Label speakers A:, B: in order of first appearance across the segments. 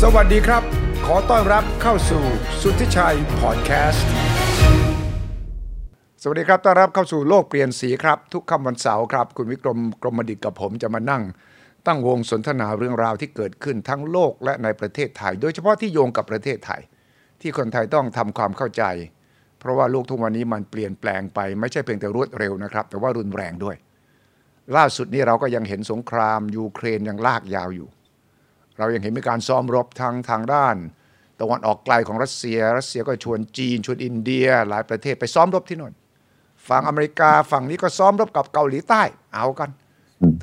A: สวัสดีครับ ขอต้อนรับเข้าสู่สุทธิชัยพอดแคสต์ สวัสดีครับ ต้อนรับเข้าสู่โลกเปลี่ยนสีครับ ทุกค่ำวันเสาร์ครับ คุณวิกรมกรมดิตกับผมจะมานั่ง ตั้งวงสนทนาเรื่องราวที่เกิดขึ้นทั้งโลกและในประเทศไทย โดยเฉพาะที่โยงกับประเทศไทย ที่คนไทยต้องทำความเข้าใจ เพราะว่าโลกทุกวันนี้มันเปลี่ยนแปลงไปไม่ใช่เพียงแต่รวดเร็วนะครับ แต่ว่ารุนแรงด้วย ล่าสุดนี้เราก็ยังเห็นสงครามยูเครนยังลากยาวอยู่ เรายังเห็นมีการซ้อมรบทางทางด้าน ตะวันออกไกลของรัสเซีย รัสเซียก็ชวนจีนชวนอินเดีย หลายประเทศไปซ้อมรบที่โน่นฝั่งอเมริกาฝั่งนี้ก็ซ้อมรบกับเกาหลีใต้เอากัน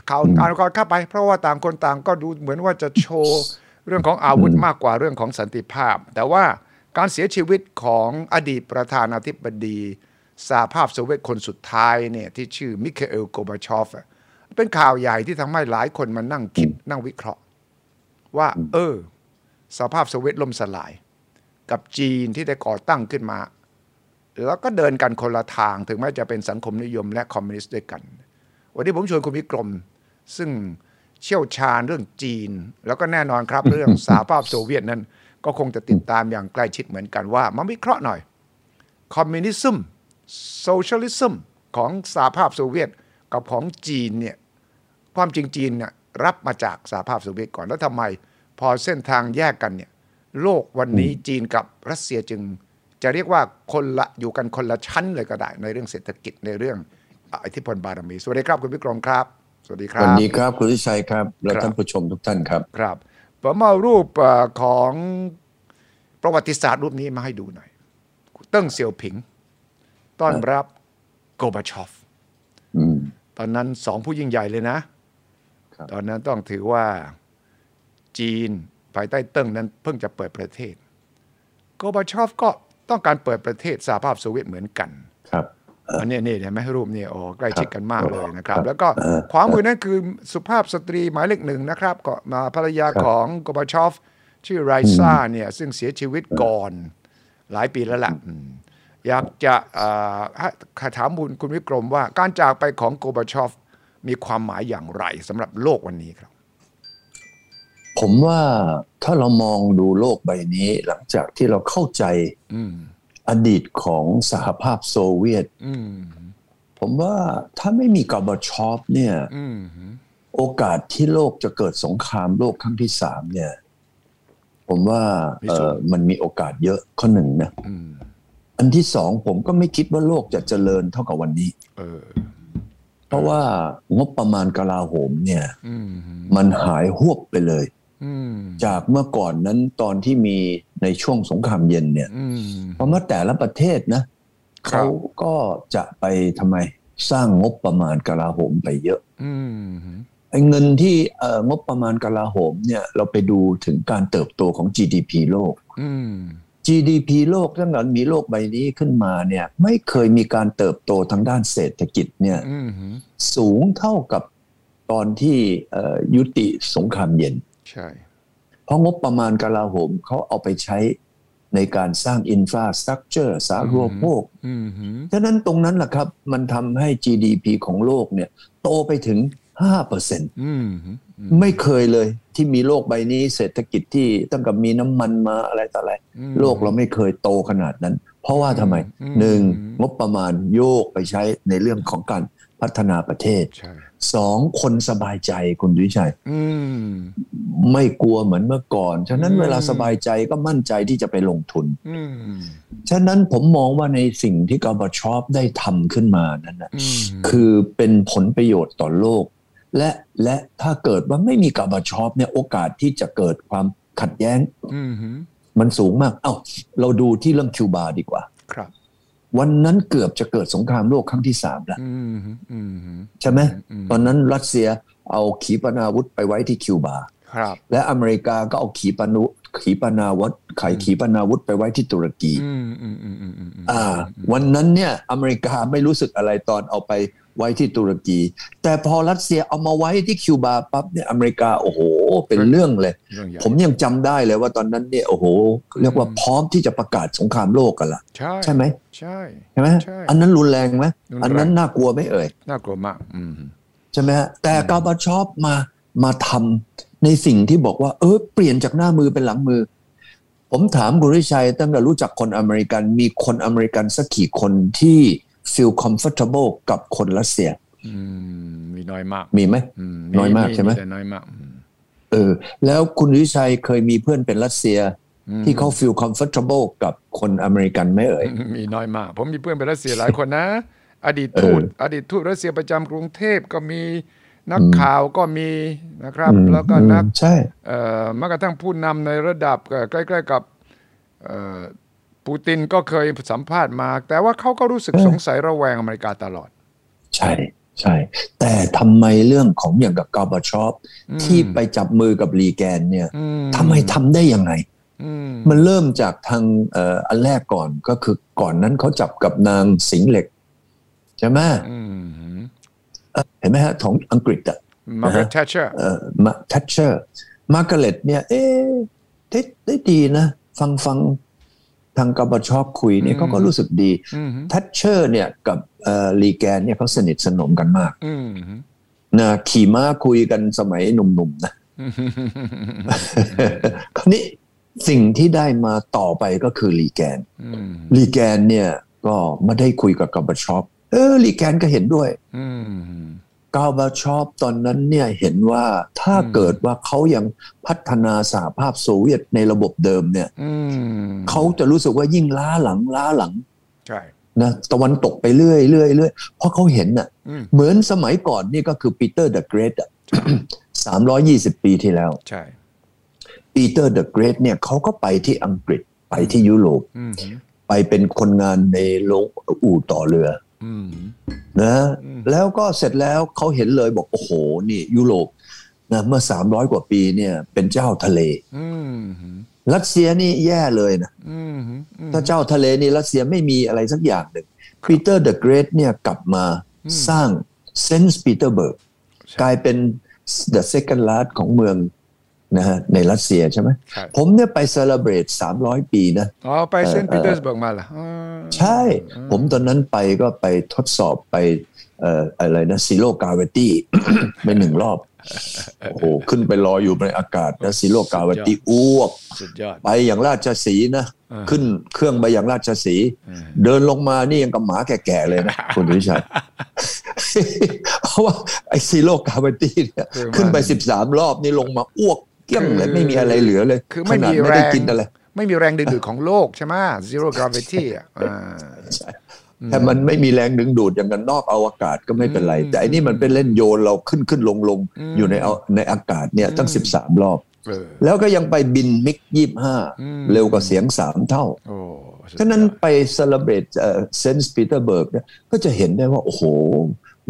A: ข่าวการก่อนเข้าไป เพราะว่าต่างคนต่างก็ดูเหมือนว่าจะโชว์เรื่องของอาวุธมากกว่าเรื่องของสันติภาพ แต่ว่าการเสียชีวิตของอดีตประธานาธิบดีสหภาพโซเวียตคนสุดท้ายเนี่ยที่ชื่อมิคาเอลโกบาชอฟอะเป็นข่าวใหญ่ที่ทำให้หลายคนมานั่งคิดนั่งวิเคราะห์ ว่าเออ สภาพโซเวียตล่มสลาย กับจีนที่ได้ก่อตั้งขึ้นมา แล้วก็เดินกันคนละทางถึงแม้จะเป็นสังคมนิยมและคอมมิวนิสต์ด้วยกัน วันนี้ผมชวนคุณวิกรม ซึ่งเชี่ยวชาญเรื่องจีน แล้วก็แน่นอนครับ เรื่องสหภาพโซเวียตนั้น ก็คงจะติดตามอย่างใกล้ชิดเหมือนกันว่า มาวิเคราะห์หน่อย คอมมิวนิซึมโซเชียลิซึมของสหภาพโซเวียตกับของจีนเนี่ย ความจริงจีนเนี่ยรับมาจากสหภาพโซเวียตก่อนแล้วทำไม พอเส้นทางแยกกันเนี่ยโลกวันนี้จีนกับรัสเซียจึง จะเรียกว่าคนละอยู่กันคนละชั้นเลยก็ได้ ในเรื่องเศรษฐกิจในเรื่องอ่ะอิทธิพลบารมีสวัสดีครับคุณวิกรมครับ สวัสดีครั
B: วั
A: บ
B: นนี้ครับคุณทิชัยครับ และ
A: ครับ
B: ท่านผู้ชมทุกท่านครับ
A: ครับผมเอารูปเอ่อของประวัติศาสตร์รูปนี้มาให้ดูหน่อย เติ้งเสี่ยวผิง ต้อนรับโกบาชอฟ
B: อืม
A: ตอนนั้นสองผู้ยิ่งใหญ่เลยนะ
B: ครับ
A: ตอนนั้นต้องถือว่าจีนภายใต้เติ้งนั้นเพิ่งจะเปิดประเทศ โกบาชอฟก็ต้องการเปิดประเทศสหภาพโซเวียตเหมือนกัน
B: ครับ
A: อันนี้นี่เห็นไหมรูปนี่โอ้ใกล้ชิดกันมากเลยนะครับ
B: ครับ
A: แล้วก็
B: เออ
A: ขวามือนั่นคือสุภาพสตรีหมายเลขหนึ่งนะครับก็มาภรรยาของกบาชอฟ ชื่อไรซ่าเนี่ยซึ่งเสียชีวิตก่อนหลายปีแล้วล่ะอืมอยากจะเอ่อให้ถามบุญคุณวิกรมว่าการจากไปของกบาชอฟ มีความหมายอย่างไรสำหรับโลกวันนี้ครับ
B: ผมว่าถ้าเรามองดูโลกใบนี้หลังจากที่เราเข้าใจ
A: อืม
B: อดีตของสหภาพโซเวียต
A: อืม
B: ผมว่าถ้าไม่มีกอร์บาชอฟเนี่ย
A: อืม
B: โอกาสที่โลกจะเกิดสงครามโลกครั้งที่สามเนี่ย ผมว่าเอ่อมันมีโอกาสเยอะข้อหนึ่งนะ
A: อืม
B: อันที่สองผมก็ไม่คิดว่าโลกจะเจริญเท่ากับวันนี้
A: เออ
B: เพราะว่างบประมาณกลาโหมเนี่ย
A: อืม
B: มันหายหวบไปเลย
A: อืม
B: จากเมื่อก่อนนั้นตอนที่มีในช่วงสงครามเย็นเนี่ย
A: อืม
B: เพราะว่าแต่ละประเทศนะครับ เขาก็จะไปทำไมสร้างงบประมาณกลาโหมไปเยอะ
A: อืม
B: ไอ้เงินที่เอ่องบประมาณกลาโหมเนี่ยเราไปดูถึงการเติบโตของ GDP โลก
A: อืม
B: GDP โลกตั้งแต่มีโลกใบนี้ขึ้นมาเนี่ยไม่เคยมีการเติบโตทางด้านเศรษฐกิจเนี่ย
A: อืม
B: สูงเท่ากับตอนที่เอ่อยุติสงครามเย็น
A: ใช่
B: เพราะงบประมาณกลาโหมเขาเอาไปใช้ในการสร้างอินฟราสตรักเจอร์สาธารณูปโภค
A: อืม
B: ฉะนั้นตรงนั้นแหละครับ มันทำให้ GDP ของโลกเนี่ยโตไปถึง 5%
A: อืมอืม
B: ไม่เคยเลยที่มีโลกใบนี้เศรษฐกิจที่ตั้งกับมีน้ำมันมาอะไรต่ออะไร
A: อืม
B: โลกเราไม่เคยโตขนาดนั้น เพราะว่าทำไม
A: อืม
B: หนึ่งงบประมาณโยกไปใช้ในเรื่องของการพัฒนาประเทศ
A: ใช่
B: สองคนสบายใจคุณดุยชัย
A: อืม
B: ไม่กลัวเหมือนเมื่อก่อน ฉะนั้น
A: อืม
B: เวลาสบายใจก็มั่นใจที่จะไปลงทุน
A: อืม
B: ฉะนั้นผมมองว่าในสิ่งที่กบชอบได้ทำขึ้นมานั้นนะ
A: อืม
B: คือเป็นผลประโยชน์ต่อโลก และและถ้าเกิดว่าไม่มีกบชอบเนี่ยโอกาสที่จะเกิดความขัดแย้ง
A: อืม
B: มันสูงมาก เอ้า เราดูที่เรื่องคิวบาดีกว่า
A: ครับ
B: วันนั้นเกือบจะเกิดสงครามโลกครั้งที่สามแล้ว
A: อืมอืม
B: ใช่ไหม
A: อืม
B: ตอนนั้นรัสเซียเอาขีปนาวุธไปไว้ที่คิวบา
A: ครับ
B: และอเมริกาก็เอาขีปนุขีปนาวุธไขขีปนาวุธไปไว้ที่ตุรกี
A: อืมอืมอืมอืมอืม
B: อ่า วันนั้นเนี่ยอเมริกาไม่รู้สึกอะไรตอนเอาไปไว้ที่ตุรกี แต่พอรัสเซียเอามาไว้ที่คิวบาปั๊บเนี่ยอเมริกาโอ้โห เป็นเรื่องเลย
A: เรื่องใหญ่
B: ผมยังจำได้เลยว่าตอนนั้นเนี่ยโอ้โห เรียกว่าพร้อมที่จะประกาศสงครามโลกกันละ
A: ใช่
B: ใช่ไหม
A: ใช่
B: ใช่ไหม
A: ใช่
B: อันนั้นรุนแรงไหม
A: รุนแรง
B: อันนั้นน่ากลัวไหมเอ่ย
A: น่ากลัวมาก อืม
B: ใช่ไหมฮะแต่กาบาชอปมามาทำ ในสิ่งที่บอกว่า เออเปลี่ยนจากหน้ามือเป็นหลังมือ ผมถามคุณวิชัยตั้งแต่รู้จักคนอเมริกัน มีคนอเมริกันสักกี่คนที่ feel comfortable กับคนรัสเซีย
A: อืมมีน้อยมาก
B: มีไหม
A: อื
B: น้อยมากใช่ไหม
A: แต่น้อยมากอืม
B: เออ แล้วคุณวิชัยเคยมีเพื่อนเป็นรัสเซีย ที่เขา feel comfortable กับคนอเมริกันไหมเอ่ย
A: มีน้อยมาก ผมมีเพื่อนเป็นรัสเซี ยหลายคนนะ อดีตทูตอดีตทูตรัสเซียประจำกรุงเทพก็มีนักข่าวก็มีนะครับ
B: อืม
A: แล้วก็นัก
B: อืมใช่
A: เอ่อแม้กระทั่งผู้นำในระดับเอ่อใกล้ๆกับเอ่อปูตินก็เคยสัมภาษณ์มา แต่ว่าเขาก็รู้สึก
B: เออ
A: สงสัยระแวงอเมริกาตลอด
B: ใช่ใช่ แต่ทำไมเรื่องของอย่างกับกาบาชอป
A: อืม
B: ที่ไปจับมือกับรีแกนเนี่ย
A: อื
B: ทำไมทำได้ยังไง
A: อืม
B: มันเริ่มจากทางเอ่ออันแรกก่อนก็คือก่อนนั้นเขาจับกับนางสิงห์เหล็ก ใช่ไหม
A: อืม
B: เห็นไหมฮะของอังกฤษอะ
A: มาร์กเทเชอร์
B: เอ่อมาทัชเชอร์มาร์กาเร็ตเนี่ย เอ๊ะได้ได้ดีนะ ฟังฟังทางกบชอบคุยเนี่ยเขาก็รู้สึกดี
A: อืม
B: ทัชเชอร์เนี่ยกับเอ่อลีแกนเนี่ยเขาสนิทสนมกันมาก
A: อืม
B: นะขี่ม้าคุยกันสมัยหนุ่มๆนะ คราวนี้สิ่งที่ได้มาต่อไปก็คือลีแกน
A: อืม
B: ลีแกนเนี่ยก็ไม่ได้คุยกับกบชอบเออลีแกนก็เห็นด้วย
A: อืม
B: กาบาชอบตอนนั้นเนี่ยเห็นว่าถ้า
A: อืม
B: เกิดว่าเขายังพัฒนาสหภาพโซเวียตในระบบเดิมเนี่ย
A: อืม
B: เขาจะรู้สึกว่ายิ่งล้าหลังล้าหลัง
A: ใช่
B: นะตะวันตกไปเรื่อยเรื่อยเรื่อยเพราะเขาเห็นน่ะ
A: อืม
B: เหมือนสมัยก่อนนี่ก็คือปีเตอร์เดอะเกรทอะ สามร้อยี่สิบปีที่แล้ว
A: ใช่
B: ปีเตอร์เดอะเกรทเนี่ยเขาก็ไปที่อังกฤษไปที่ยุโรป
A: อืม
B: ไปเป็นคนงานในโรงอู่ต่อเรือ
A: อืม
B: นะ
A: อืม
B: แล้วก็เสร็จแล้วเขาเห็นเลยบอกโอ้โหนี่ยุโรปนะเมื่อ 300 กว่าปีเนี่ยเป็นเจ้าทะเล
A: อืม
B: รัสเซียนี่แย่เลยนะ
A: อืมอืม
B: ถ้าเจ้าทะเลนี่รัสเซียไม่มีอะไรสักอย่างหนึ่งปีเตอร์เดอะเกรทเนี่ยกลับมา
A: อืม
B: สร้างเซนต์ปีเตอร์เบิร์ก
A: ใช่
B: กลายเป็น The Second l a r g ของเมืองนะฮะในรัสเซียใช่ไหม
A: ใช่
B: ผมเนี่ยไปเซเลบรต300 ปีนะ
A: อ๋อไปเซนต์ปีเตอร์สเบิร์กมาเหรออ๋อ
B: ใช่ ผมตอนนั้นไปก็ไปทดสอบไปเอ่ออะไรนะซีโร่กาเวตี้ ไปหนึ่งรอบ โอ้โห ขึ้นไปลอยอยู่ในอากาศนะซีโร่กาเวตี้อ้วก
A: สุดยอด
B: ไปอย่างราชสีห์นะ
A: อ่า
B: ขึ้นเครื่องไปอย่างราชสีห์
A: อืม
B: เดินลงมานี่ยังกับหมาแก่ๆเลย นะ คุณวิชัย เพราะว่าไอ้ซีโร่กาเวตี้เนี่ย
A: คือมัน
B: ขึ้นไป 13 รอบนี่ลงมาอ้วกเกลี้ยงเลย
A: คือ
B: ไม่มีอะไรเหลือเลย
A: คือไม่
B: ขนาด
A: มี
B: ไม่ได้
A: แรง
B: กินอะไร
A: ไม่มีแรงดึงดูดของโลกใช่ไหม zero gravity อ่ะอ่า
B: แต่มันไม่มีแรงดึงดูดอย่างกันนอกอวกาศก็ไม่เป็นไร
A: อืม
B: แต่อันนี้มันเป็นเล่นโยนเราขึ้นขึ้นลงลง
A: อืม
B: อยู่ในเอาในอากาศเนี่ยตั้ง
A: อืม
B: 13 รอบ
A: เออ
B: แล้วก็ยังไปบินมิกยี่ห้าม เร็วกว่าเสียงสามเท่า
A: โอ้สุดยอด
B: ฉะนั้นไปเซเลบรตเซนต์ปีเตอร์เบิร์กเนี่ยก็จะเห็นได้ว่า โอ้โห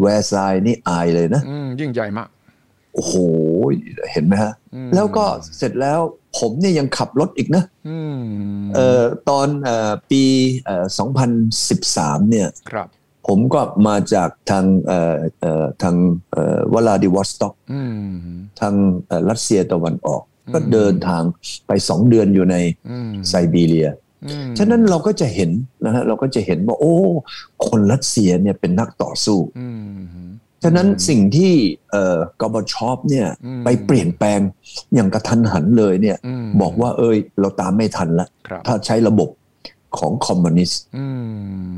B: แวร์ซายน์นี่อายเลยนะ
A: อืมยิ่งใหญ่มาก
B: โอ้โห เห็นไหมฮะ
A: อืม
B: แล้วก็เสร็จแล้วผมเนี่ยยังขับรถอีกนะ
A: อืม
B: เอ่อตอนเอ่อปีเอ่อ2013เนี่ย
A: ครับ
B: ผมก็มาจากทางเอ่อเอ่อทางเอ่อวลาดิวอสต็อก
A: อืม
B: ทางเอ่อรัสเซียตะวันออก
A: อืม
B: ก็เดินทางไปสองเดือนอยู่ใน
A: อืม
B: ไซบีเรีย
A: อืม
B: ฉะนั้นเราก็จะเห็นนะฮะเราก็จะเห็นว่าโอ้ คนรัสเซียเนี่ยเป็นนักต่อสู้
A: อืม
B: ฉะนั้นสิ่งที่เอ่อกบชอปเนี่ย
A: อืม
B: ไปเปลี่ยนแปลงอย่างกระทันหันเลยเนี่ย
A: ม
B: บอกว่าเอ้ยเราตามไม่ทันละ
A: ครับ
B: ถ้าใช้ระบบของคอมมิวนิสต์
A: อื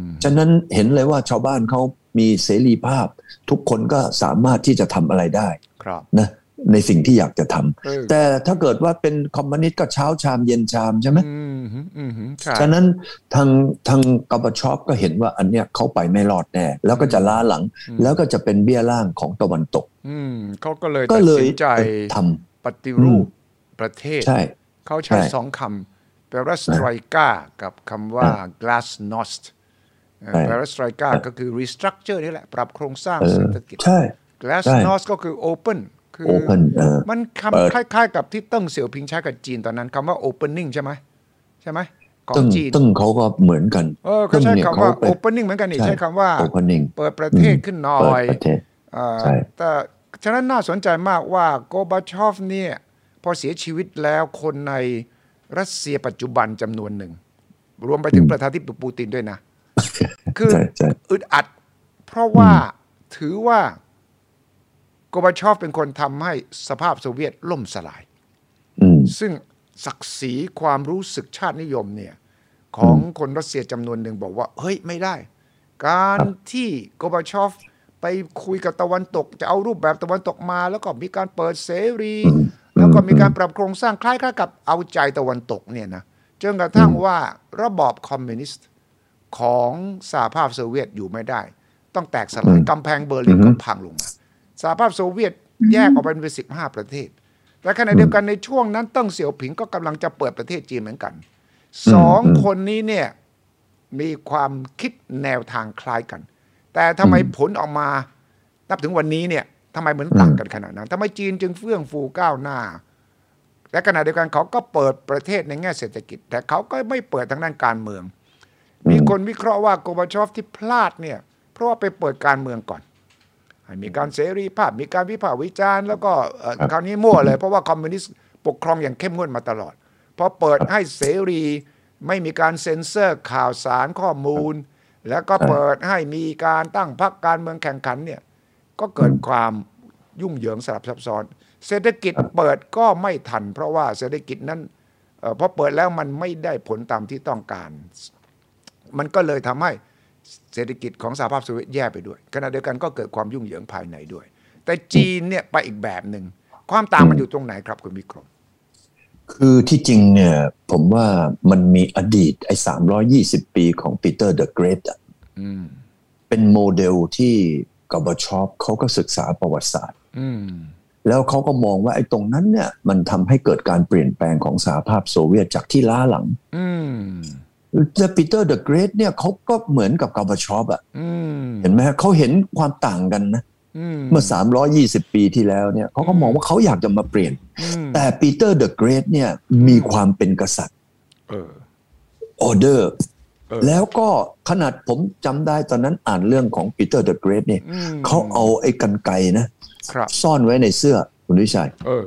A: ม
B: ฉะนั้นเห็นเลยว่าชาวบ้านเขามีเสรีภาพ ทุกคนก็สามารถที่จะทำอะไรได้
A: ครับ
B: นะในสิ่งที่อยากจะทำ
A: เออ
B: แต่ถ้าเกิดว่าเป็นคอมมิวนิสต์ก็เช้าชามเย็นชามใช่ไหม
A: อืมอืมใช่
B: ฉะนั้นทางทางกบชอบก็เห็นว่าอันเนี้ยเขาไปไม่รอดแน่ แล้วก็จะล้าหลัง
A: อืม
B: แล้วก็จะเป็นเบี้ยล่างของตะวันตก
A: อืมเขาก็เลย
B: ก็
A: ตัด
B: เลย
A: สินใจ
B: ทำ
A: ปฏิรูป
B: อื
A: ประเทศ
B: ใช่
A: เขาใช้
B: ใช่
A: สองคำแปลว่าสไตรกากับคำว่า glasnost เอ่อ
B: ใช่
A: แปลว่าสไตรกา
B: ใช่
A: ก็คือ restructure นี่แหละ ปรับโครงสร้าง
B: เอ
A: เศ
B: อ
A: รษฐกิจ
B: ใช่
A: glasnost ก็คือ open คื
B: โอเพนเออ
A: มัน
B: เปิด
A: คำคล้ายๆ กับที่เติ้งเสี่ยวผิงใช้กับจีนตอนนั้นคำว่า opening ใช่ไหมใช่ไหมของ
B: ตึ้ง
A: จีน
B: ตึ้งเขาก็เหมือนกัน
A: เออเขาใช้
B: เนี่ย
A: คำว่า
B: ไป
A: opening เหมือนกันนี่
B: ใช่
A: ใช้คำว่า
B: โอเพนนิ่ง
A: เปิดประเทศขึ้นหน่อ
B: เปิด
A: ย
B: ประเทศ
A: เอ่อ
B: ใช่
A: แต่ฉะนั้นน่าสนใจมากว่าโกบาชอฟเนี่ยพอเสียชีวิตแล้วคนในรัสเซียปัจจุบันจำนวนหนึ่ง รวมไปถึงประธานที่ปปูตินด้วยนะ คือ
B: ใช่ใช่
A: อึดอัด เพราะว่าถือว่า กบาชอฟเป็นคนทำให้สภาพโซเวียตล่มสลาย
B: อืม
A: ซึ่งศักดิ์ศรีความรู้สึกชาตินิยมเนี่ยของคนรัสเซียจำนวนหนึ่งบอกว่า เฮ้ยไม่ได้ การที่กบาชอฟไปคุยกับตะวันตก จะเอารูปแบบตะวันตกมา แล้วก็มีการเปิดเสรี แล้วก็มีการปรับโครงสร้างคล้ายๆกับเอาใจตะวันตกเนี่ยนะจนกระทั่งว่าระบอบคอมมิวนิสต์ ของสหภาพโซเวียตอยู่ไม่ได้ ต้องแตกสลายกำแพงเบอร์ลินก็พังลงมาสหภาพโซเวียตแยกออกเป็นเป็นสิบห้าประเทศ และขณะเดียวกันในช่วงนั้นเตั้งเสี่ยวผิงก็กำลังจะเปิดประเทศจีนเหมือนกันสองคนนี้เนี่ยมีความคิดแนวทางคล้ายกัน แต่ทำไมผลออกมานับถึงวันนี้เนี่ยทำไมเหมือนต่างกันขนาดนั้นทำไมจีนจึงเฟื่องฟูก้าวหน้า และขณะเดียวกันเขาก็เปิดประเทศในแง่เศรษฐกิจ แต่เขาก็ไม่เปิดทางด้านการเมือง มีคนวิเคราะห์ว่าโกบาชอฟที่พลาดเนี่ย เพราะว่าไปเปิดการเมืองก่อนให้มีการเสรีภาพ มีการวิพากษ์วิจารณ์แล้วก็เอ่อคราวนี้มั่วเลย เพราะว่าคอมมิวนิสต์ปกครองอย่างเข้มงวดมาตลอดพอเปิดให้เสรีไม่มีการเซ็นเซอร์ข่าวสารข้อมูล แล้วก็เปิดให้มีการตั้งพรรคการเมืองแข่งขันเนี่ย ก็เกิดความยุ่งเหยิงสลับซับซ้อน เศรษฐกิจเปิดก็ไม่ทัน เพราะว่าเศรษฐกิจนั้นเอ่อพอเปิดแล้วมันไม่ได้ผลตามที่ต้องการ มันก็เลยทำให้เศรษฐกิจของสหภาพโซเวียตแย่ไปด้วยขณะเดียวกันก็เกิดความยุ่งเหยิงภายในด้วย แต่จีนเนี่ยไปอีกแบบหนึ่งความต่างมันอยู่ตรงไหนครับคุณวิกรม
B: คือที่จริงเนี่ยผมว่ามันมีอดีตไอ้สามร้อยี่สิบปีของปีเตอร์เดอะเกรทอะ
A: อืม
B: เป็นโมเดลที่กบชอปเขาก็ศึกษาประวัติศาสตร์
A: อืม
B: แล้วเขาก็มองว่าไอ้ตรงนั้นเนี่ยมันทำให้เกิดการเปลี่ยนแปลงของสหภาพโซเวียตจากที่ล้าหลัง
A: อืม
B: แต่ปีเตอร์เดอะเกรทเนี่ยเขาก็เหมือนกับกบชอปอะ
A: อืม
B: เห็นไหมฮะเขาเห็นความต่างกันนะ
A: อืม
B: เมื่อ 320 ปีที่แล้วเนี่ยเขาก็มองว่าเขาอยากจะมาเปลี่ยน
A: อืม
B: แต่ปีเตอร์เดอะเกรทเนี่ยมีความเป็นกษัตริย์
A: เออ
B: ออเดอร์
A: เออ
B: แล้วก็ขนาดผมจำได้ตอนนั้นอ่านเรื่องของปีเตอร์เดอะเกรทเนี่ย
A: อืม
B: เขาเอาไอ้กันไกรนะครับ ซ่อนไว้ในเสื้อคุณวิชัย
A: เออ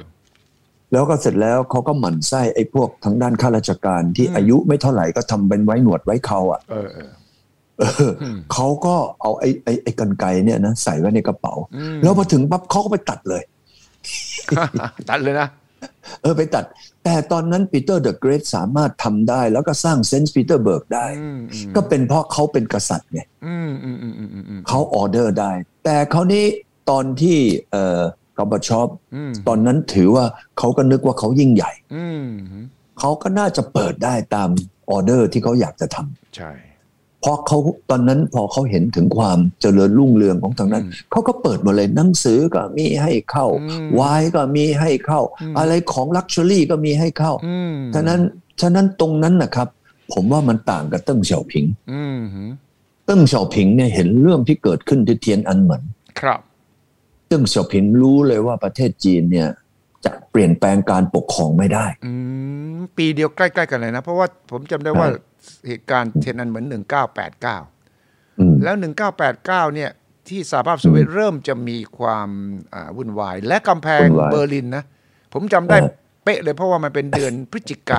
B: แล้วก็เสร็จแล้วเขาก็หมั่นไส้ไอ้พวกทางด้านข้าราชการที่
A: อืม
B: อายุไม่เท่าไหร่ก็ทำเป็นไว้หนวดไว้เขาอ่ะ
A: เออเออ
B: เอออ
A: ม
B: เขาก็เอาไอ้ไอ้ไอ้กันไกรเนี่ยนะใส่ไว้ในกระเป๋า
A: อืม
B: แล้วพอถึงปั๊บเขาก็ไปตัดเลย
A: ตัดเลยนะ
B: เออไปตัด แต่ตอนนั้นปีเตอร์เดอะเกรทสามารถทำได้ แล้วก็สร้างเซนต์ปีเตอร์เบิร์กได้
A: อืมอืม
B: ก็เป็นเพราะเขาเป็นกษัตริย์ไง
A: อืมอืมอืมอืมอืมอืม
B: เขาออเดอร์ได้ แต่คราวนี้ตอนที่เอ่อกอบชอป
A: อืม
B: ตอนนั้นถือว่าเขาก็นึกว่าเขายิ่งใหญ่
A: อืม
B: เขาก็น่าจะเปิดได้ตามออเดอร์ที่เขาอยากจะทำ
A: ใช่
B: เพราะเขาตอนนั้นพอเขาเห็นถึงความเจริญรุ่งเรืองของทางนั้น
A: อืม
B: เขาก็เปิดหมาเลยหนังสือก็มีให้เข้า
A: อืม
B: ไวน์ก็มีให้เข้า
A: อืม
B: อะไรของลักชัวรี่ก็มีให้เข้า
A: อืม
B: ฉะนั้น ฉะนั้นตรงนั้นนะครับ ผมว่ามันต่างกับเติ้งเสี่ยวผิง
A: อืม
B: เติ้งเสี่ยวผิงเนี่ยเห็นเรื่องที่เกิดขึ้นที่เทียนอันเหมือน
A: ครับ
B: เติ้งเสี่ยวผิงรู้เลยว่าประเทศจีนเนี่ยจะเปลี่ยนแปลงการปกครองไม่ได้
A: อืมปีเดียวใกล้ๆกันเลยนะ เพราะว่าผมจำได้ว่า
B: ใช่
A: เหตุการณ์เทนนันเหมือน 1989
B: อืม
A: แล้ว 1989 เนี่ย ที่สหภาพโซเวียตเริ่มจะมีความอ่าวุ่นวาย และกำแพงเบอร์ลินนะ ผมจำได้เป๊ะเลยเพราะว่ามันเป็นเดือนพฤศจิก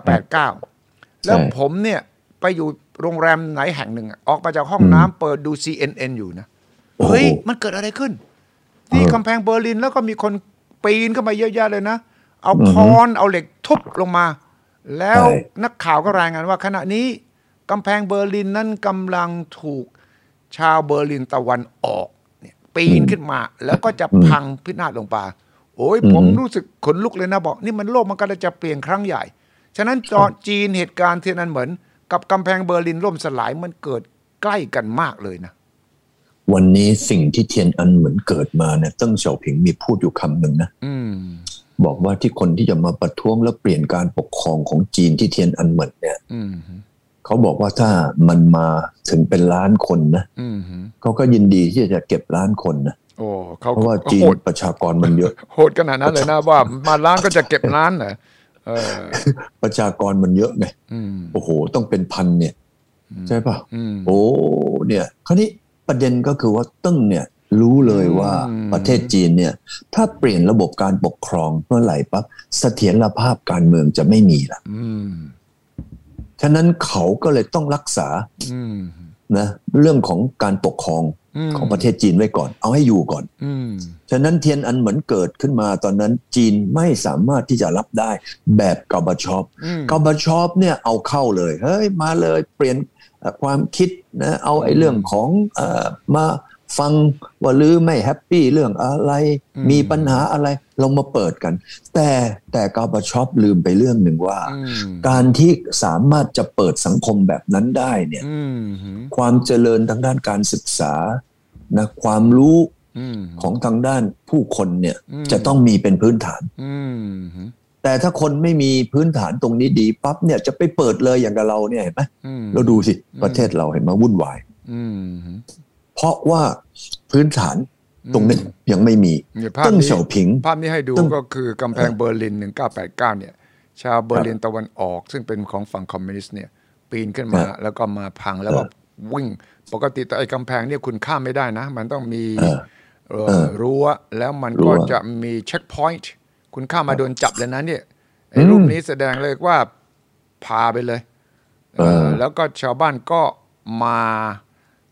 A: า 1989 แล้วผมเนี่ยไปอยู่โรงแรมไหนแห่งหนึ่งอะออกมาจากห้องน้ำเปิดดู CNN อยู่นะ
B: โอ้โห
A: เฮ้ย มันเกิดอะไรขึ้น
B: เออก
A: ที่ำแพงเบอร์ลินแล้วก็มีคนปีนเข้ามาเยอะแยะเลยนะ เอา
B: อือฮึ
A: ค้อนเอาเหล็กทุบลงมา แล้ว
B: ใช่
A: นักข่าวก็รายงานว่า ขณะนี้กำแพงเบอร์ลินนั้นกำลังถูกชาวเบอร์ลินตะวันออกเนี่ยปีนขึ้นมา แล้วก็จะพังพินาศลงไปโอ้ยผมรู้สึกขนลุกเลยนะบอก นี่มันโลกมันกำลังจะเปลี่ยนครั้งใหญ่ ฉะนั้นจอจีนเหตุการณ์เทียนอันเหมือนกับกำแพงเบอร์ลินล่มสลายมันเกิดใกล้กันมากเลยนะ
B: วันนี้สิ่งที่เทียนอันเหมือนเกิดมาเนี่ยเติ้งเสี่ยวผิงมีพูดอยู่คำหนึ่งนะ
A: อืม
B: บอกว่าที่คนที่จะมาประท้วงและเปลี่ยนการปกครองของจีนที่เทียนอันเหมือนเนี่ย
A: อืม
B: เขาบอกว่าถ้ามันมาถึงเป็นล้านคนนะ
A: อืมฮึ
B: เขาก็ยินดีที่จะเก็บล้านคนนะ
A: โอ้เขา
B: เพราะว่า
A: ก็
B: จีน
A: โหด
B: ประชากรมันเยอะ
A: โหดขนาดนั้นเลยนะว่ามาร้านก็จะเก็บร้านเหรอเออ
B: ประชากรมันเยอะไง
A: อืม
B: โอ้โห ต้องเป็นพันเนี่ย
A: อืม
B: ใช่ป่ะ
A: อืม
B: โอ้ เนี่ย คราวนี้ประเด็นก็คือว่าตึ้งเนี่ย รู้เลยว่า
A: อืม
B: ประเทศจีนเนี่ย ถ้าเปลี่ยนระบบการปกครองเมื่อไหร่ปั๊บเสถียรภาพการเมืองจะไม่มีละ
A: อืม
B: ฉะนั้นเขาก็เลยต้องรักษา
A: อืม
B: นะเรื่องของการปกครอง
A: อืม
B: ของประเทศจีนไว้ก่อน เอาให้อยู่ก่อน
A: อืม
B: ฉะนั้นเทียนอันเหมือนเกิดขึ้นมาตอนนั้นจีนไม่สามารถที่จะรับได้แบบกาบาชอป
A: อืม
B: กาบาชอปเนี่ยเอาเข้าเลยเฮ้ยมาเลยเปลี่ยนเอ่อความคิดนะเอาไอ้เรื่องของเออมาฟังว่าลือไม่แฮปปี้เรื่องอะไร
A: อืม
B: มีปัญหาอะไรเรามาเปิดกัน แต่แต่กาบาชอปลืมไปเรื่องหนึ่งว่า
A: อืม
B: การที่สามารถจะเปิดสังคมแบบนั้นได้เนี่ย
A: อืมอืม
B: ความเจริญทางด้านการศึกษานะความรู้
A: อืม
B: ของทางด้านผู้คนเนี่ย
A: อืม
B: จะต้องมีเป็นพื้นฐาน
A: อืมอืม
B: แต่ถ้าคนไม่มีพื้นฐานตรงนี้ดีปั๊บเนี่ยจะไปเปิดเลยอย่างกับเราเนี่ยเห็นไหม
A: อืม
B: เราดูสิประเทศเราเห็นไหมาวุ่นวาย
A: อืมอืม
B: เพราะว่าพื้นฐานตรงนี้ยังไม่มี
A: เนี่ยภาพ
B: ตั้ง
A: นี้
B: เฉาผิง
A: ภาพนี้ให้ดู
B: ตึ้ง
A: ก็คือกำแพงเบอร์ลิน 1989 เนี่ย ชาวเบอร์ลินตะวันออก ซึ่งเป็นของฝั่งคอมมิวนิสต์เนี่ย ปีนขึ้นมา
B: ครับ
A: แล้วก็มาพังแล้วก็วิ่ง ปกติแต่ไอ้กำแพงเนี่ยคุณข้ามไม่ได้นะ มันต้องมี
B: เออ
A: เอ่อ
B: เออ
A: รั้วแล้วมัน
B: รั้
A: ก็
B: ว
A: จะมีเช็คพอยต์คุณข้ามมาโดนจับเลยนะเนี่ยไอ้รูปนี้แสดงเลยว่าพาไปเลย
B: เออ
A: เอ่อแล้วก็ชาวบ้านก็มา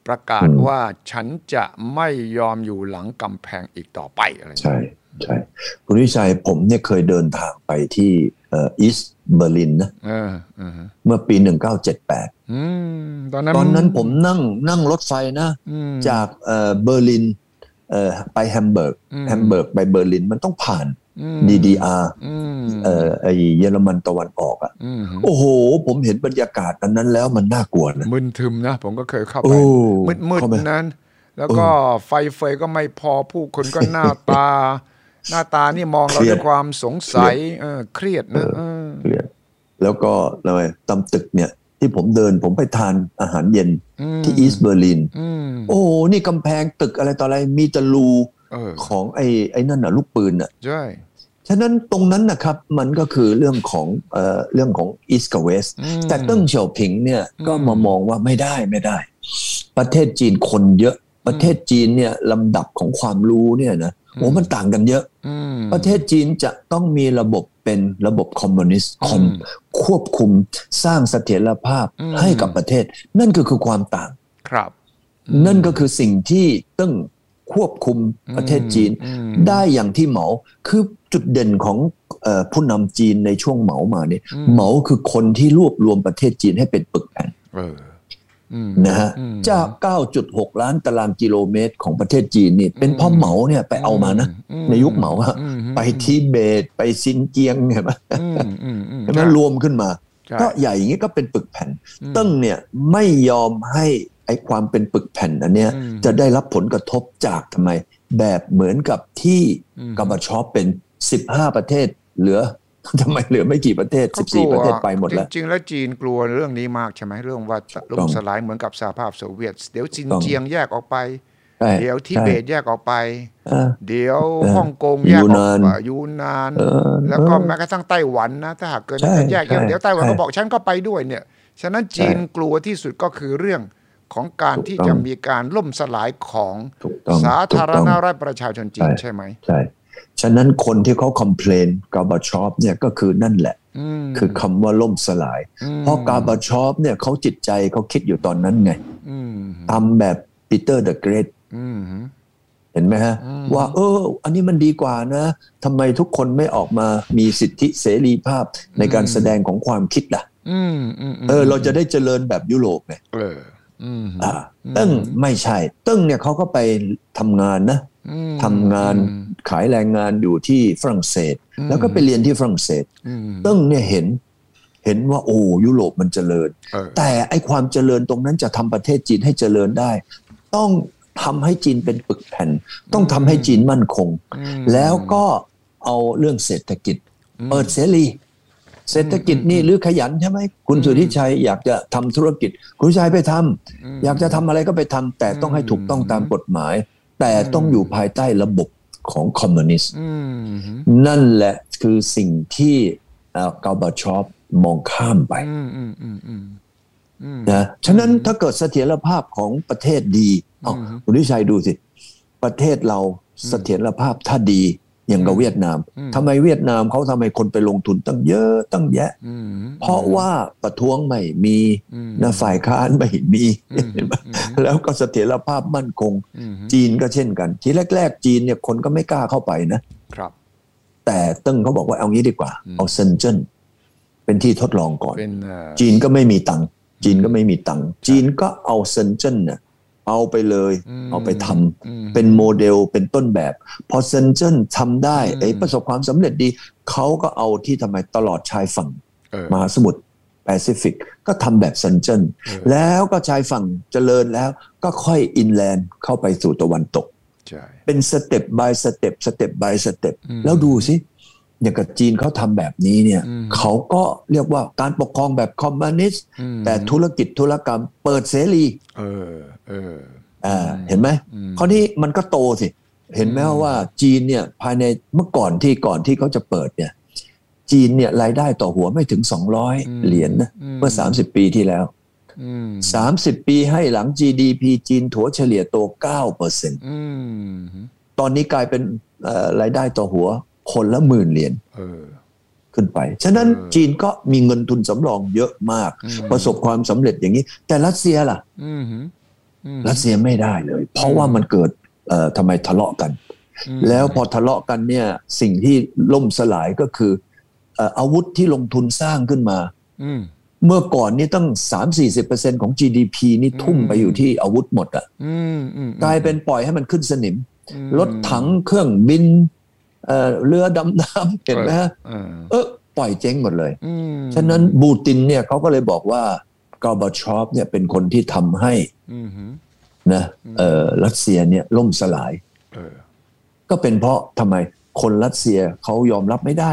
A: ประกาศว่าฉันจะไม่ยอมอยู่หลังกำแพงอีกต่อไปอะไรอย่างเงี้ย
B: ใช่ใช่คุณวิชัยผมเนี่ยเคยเดินทางไปที่เอีสต์เบอร์ลินนะ
A: เออเออฮะ
B: เมื่อปี 1978
A: อืมตอนนั้น
B: ตอนนั้นผมนั่งนั่งรถไฟนะ
A: อืม
B: จากเอ่อเบอร์ลินเอ่อไปแฮมเบิร์ก
A: อืม
B: แฮมเบิร์กไปเบอร์ลินมันต้องผ่าน
A: อืม
B: DDR
A: อืม
B: เอ่อไอเยอรมันตะวันออกอะ
A: อืม
B: โอ้โห ผมเห็นบรรยากาศอันนั้นแล้วมันน่ากลัวนะ
A: มึนทึมนะ ผมก็เคยเข้าไป
B: โอ้
A: มืดมืด
B: เข้าไป
A: นั้น แล้วก็ไฟเฟยก็ไม่พอผู้คนก็หน้าตา หน้าตานี่มองเรา
B: เครียด
A: ด้วยความสงสัยเออเครียดนะเออ
B: เรียนแล้วก็อะไรตำตึกเนี่ย ที่ผมเดินผมไปทานอาหารเย็น
A: อืม
B: ที่อีสต์เบอร์ลิน
A: อืม
B: โอ้โหนี่กำแพงตึกอะไรต่ออะไรมีตะลู
A: เออ
B: ของไอ้ไอ้นั่นน่ะลูกปืนน่ะ
A: ใช่
B: ฉะนั้นตรงนั้นนะครับมันก็คือเรื่องของเอ่อเรื่องของอีสต์กับเวส
A: อืม
B: แต่เติ้งเฉียวผิงเนี่ย
A: อืม
B: ก็มามองว่าไม่ได้ไม่ได้ ประเทศจีนคนเยอะ ประเทศจีนเนี่ยลำดับของความรู้เนี่ยนะโอ้มันต่างกันเยอะ
A: อืม
B: ประเทศจีนจะต้องมีระบบเป็นระบบคอมมิวนิสต์คอม
A: อืม
B: ควบคุมสร้างเสถียรภาพ
A: อืม
B: ให้กับประเทศ นั่นก็คือความต่าง
A: ครับ
B: นั่นก็คือสิ่งที่เติ้งควบคุมประเทศจีน
A: อืม
B: ได้อย่างที่เหมาคือจุดเด่นของเออผู้นำจีนในช่วงเหมามาเนี่ย
A: อืม
B: เหมาคือคนที่รวบรวมประเทศจีนให้เป็นปึกแผ่น
A: เอออืม
B: นะฮะ
A: อืม
B: จาก 9.6 ล้านตารางกิโลเมตรของประเทศจีนนี่เป็นเพ่อเหมาเนี่ยไปเอามานะ
A: อืม
B: ในยุคเหมาอะ
A: อืม
B: ไปทิเบตไปซินเจียงเห็นไหม
A: อืมอืมอืม
B: เห็นไหมรวมขึ้นมา
A: ใช่
B: ก็ใหญ่อย่างนี้ก็เป็นปึกแผ่น
A: อืม
B: เตั้งเนี่ยไม่ยอมให้ไอ้ความเป็นปึกแผ่นอันเนี้ย
A: อืม
B: จะได้รับผลกระทบจากทำไม แบบเหมือนกับที่
A: อืม
B: กัมพูชาเป็น 15 ประเทศ เหลือ ทำไมเหลือไม่กี่ประเทศ
A: เขากลัว
B: 14 ประเทศไปหมดแล้ว
A: จริงๆแล้วจีนกลัวเรื่องนี้มากใช่ไหมเรื่องว่าจะล่ม
B: ต้อง
A: สลายเหมือนกับสหภาพโซเวียต เดี๋ยวจิน
B: ต้อง
A: เจียงแยกออกไป
B: ใช่
A: เดี๋ยวทิเบตแยกออกไป
B: ใช่
A: เดี๋ยว
B: เออ
A: ฮ่องกงแยกออก
B: ยูนาน
A: ไปยูนาน
B: เออ
A: แล้วก็
B: เออ
A: แม้กระทั่งไต้หวันนะ ถ้าหากเกิด
B: ใช่
A: การแยกเยอะ
B: ใช่
A: เดี๋ยวไต้หวันก็
B: ใช่
A: บอกฉันก็ไปด้วยเนี่ย ฉะนั้นจีนกลัวที่สุดก็คือเรื่องของการที่จะมีการล่มสลายของ
B: ถูกต้อง
A: สาธาร
B: ถูกต้
A: ณ
B: อง
A: รัฐประชาชนจีน
B: ใช่
A: ใช่ไหม
B: ใช่ ฉะนั้นคนที่เขาคอมเพลนกาบาชอปเนี่ยก็คือนั่นแหละ
A: อืม
B: คือคำว่าล่มสลาย
A: อืม
B: เพราะกาบาชอปเนี่ยเขาจิตใจเขาคิดอยู่ตอนนั้นไง
A: อืม
B: ทำแบบปีเตอร์เดอะเกรท
A: อืม
B: เห็นไหมฮะ ว่าเออ อันนี้มันดีกว่านะทำไมทุกคนไม่ออกมามีสิทธิเสรีภาพในการแสดงของความคิดล่ะ
A: อืมอืมอืม
B: เออ เราจะได้เจริญแบบยุโรปไง
A: เอออืม
B: อ่าตึ้งไม่ใช่ ตึ้งเนี่ยเขาก็ไปทำงานนะ
A: อืม
B: ทำงานขายแรงงานอยู่ที่ฝรั่งเศส
A: อืม
B: แล้วก็ไปเรียนที่ฝรั่งเศส
A: อืม
B: ตึ้งเนี่ยเห็น เห็นว่าโอ้ยุโรปมันเจริญ
A: เออ
B: แต่ไอความเจริญตรงนั้นจะทำประเทศจีนให้เจริญได้ ต้องทำให้จีนเป็นปึกแผ่น ต้องทำให้จีนมั่นคง
A: อืม
B: แล้วก็เอาเรื่องเศรษฐกิจ
A: อืม
B: เปิดเสรี เศรษฐกิจนี่หรือขยันใช่ไหมคุณสุทธิชัยอยากจะทำธุรกิจ คุณสุทธิชัยไปทำ
A: อืม
B: อยากจะทำอะไรก็ไปทำแต่ต้องให้ถูกต้องตามกฎหมาย แต่ต้องอยู่ภายใต้ระบบของคอมมิวนิสต์
A: อืม
B: นั่นแหละคือสิ่งที่เอ่อกาบาชอปมองข้ามไป
A: อืมอืมอืมอืมอืม
B: นะฉะนั้นถ้าเกิดเสถียรภาพของประเทศดีเอา
A: อืม
B: คุณวิชัยดูสิ ประเทศเราเสถียรภาพถ้าดี อย่างกับเวียดนามทำไมเวียดนามเขาทำไมคนไปลงทุนตั้งเยอะตั้งแยะ
A: อืม
B: เพราะว่าประท้วงไม่มี
A: อืม
B: นะฝ่ายค้านไม่มี
A: อืม
B: เห็นไหม
A: อืม
B: แล้วก็เสถียรภาพมั่นคง
A: อืม
B: จีนก็เช่นกัน ทีแรก ๆ จีนเนี่ยคนก็ไม่กล้าเข้าไปนะ
A: ครับ
B: แต่ตึ้งเขาบอกว่าเอางี้ดีกว่า
A: อืม
B: เอาเซนเจิ้นเป็นที่ทดลองก่อน
A: เป็นเอ่อ
B: จีนก็ไม่มีตังค์จีนก็ไม่มีตังค์จีนก็เอาเซนเจิ้นเนี่ยเอาไปเลย
A: ม
B: เอาไปทำ
A: อืม
B: เป็นโมเดลเป็นต้นแบบ พอเซนเจิ้นทำได้
A: อืม
B: ไอ้ยประสบความสำเร็จดีเขาก็เอาที่ทำไมตลอดชายฝั่ง
A: เออ
B: มหาสมุทรแปซิฟิกก็ทำแบบเซนเจิ้น
A: เออ
B: แล้วก็ชายฝั่งเจริญแล้วก็ค่อยอินแลนด์เข้าไปสู่ตะวันตก
A: ใช่
B: เป็นสเต็ปบายสเต็ปสเต็ปบายสเต็ป
A: อืม
B: แล้วดูสิ อย่างกับจีนเขาทำแบบนี้เนี่ย
A: อืม
B: เขาก็เรียกว่าการปกครองแบบคอมมิวนิสต์
A: อืม
B: แต่ธุรกิจธุรกรรมเปิดเสรี
A: เออ เออ
B: อ่าเห็นไหม
A: อืม
B: ข้อนี้มันก็โตสิ เห็นไหม
A: อืม
B: ว่าจีนเนี่ยภายในเมื่อก่อนที่ก่อนที่เขาจะเปิดเนี่ย จีนเนี่ยรายได้ต่อหัวไม่ถึง 200 เหรียญนะเมื่อ 30 ปีที่แล้ว
A: อืม
B: 30 ปีให้หลัง GDP จีนถัวเฉลี่ยโต9%เปอร์เซ็นต
A: อืม
B: ตอนนี้กลายเป็นเอ่อรายได้ต่อหัวคนละหมื่นเหรียญ
A: เออ
B: ขึ้นไป ฉะนั้น
A: เออ
B: จีนก็มีเงินทุนสำรองเยอะมาก
A: อืม
B: ประสบความสำเร็จอย่างนี้ แต่รัสเซียล่ะ
A: อืมอืม
B: รัสเซียไม่ได้เลย เพ
A: อื
B: ราะ
A: ม
B: ว่ามันเกิดเอ่อทำไมทะเลาะกัน
A: ม
B: แล้วพอทะเลาะกันเนี่ยสิ่งที่ล่มสลายก็คือเอ่ออาวุธที่ลงทุนสร้างขึ้นมา
A: อืม
B: เมื่อก่อนนี่ตั้ง 3-40%ของ GDP นี่ทุ่มไปอยู่ที่อาวุธหมดอะ
A: อืมอืม
B: กลายเป็นปล่อยให้มันขึ้นสนิม
A: อืม
B: รถถังเครื่องบินเอ่อเรือดำน้ำเห็นไหมฮะ
A: เออ
B: เออปล่อยเจ๊งหมดเลย
A: อืม
B: ฉะนั้นบูตินเนี่ยเขาก็เลยบอกว่ากอร์บาชอฟเนี่ยเป็นคนที่ทำให้
A: อืม
B: นะเอ่อรัสเซียเนี่ยล่มสลาย
A: เออ
B: ก็เป็นเพราะทำไมคนรัสเซียเขายอมรับไม่ได้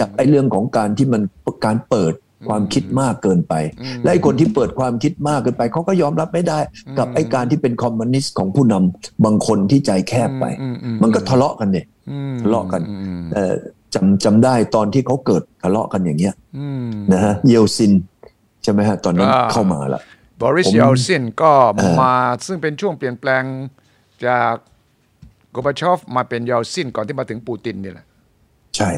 B: จากไอ้เรื่องของการที่มันการเปิดความคิดมากเกินไป
A: อืม
B: และไอ้คนที่เปิดความคิดมากเกินไปเขาก็ยอมรับไม่ได้ กับไอ้การที่เป็นคอมมิวนิสต์ของผู้นำบางคนที่ใจแคบไป
A: อืมอืม
B: มันก็ทะเลาะกันเนี่ย
A: อืม
B: ทะเลาะกัน
A: อืม
B: เอ่อจำจำได้ตอนที่เขาเกิดทะเลาะกันอย่างเงี้ย
A: อืม
B: นะฮะเยลซิน ใช่ไหมฮะ ตอนนั้น
A: อ่า
B: เข้ามาละ
A: บริส
B: ผม
A: เยลซินก็
B: เอ่อ
A: มาซึ่งเป็นช่วงเปลี่ยนแปลงจากกบาชอฟมาเป็นเยลซินก่อนที่มาถึงปูตินนี่แหละ
B: ใช่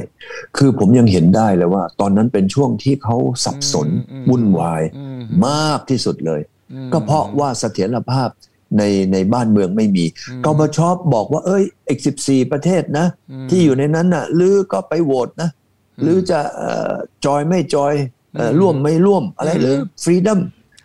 B: คือผมยังเห็นได้เลยว่า ตอนนั้นเป็นช่วงที่เขาสับสนวุ่นวาย
A: อืม
B: มากที่สุดเลย
A: อืม
B: ก็เพราะว่าเสถียรภาพในในบ้านเมืองไม่มี
A: อืม
B: กบชอบบอกว่าเอ้ยอีกสิบสี่ประเทศนะ
A: อืม
B: ที่อยู่ในนั้นน่ะหรือก็ไปโหวตนะ หรือจะจอยไม่จอย
A: อืม
B: ร่วมไม่ร่วมอะไร
A: อืม
B: หรือฟรีดัม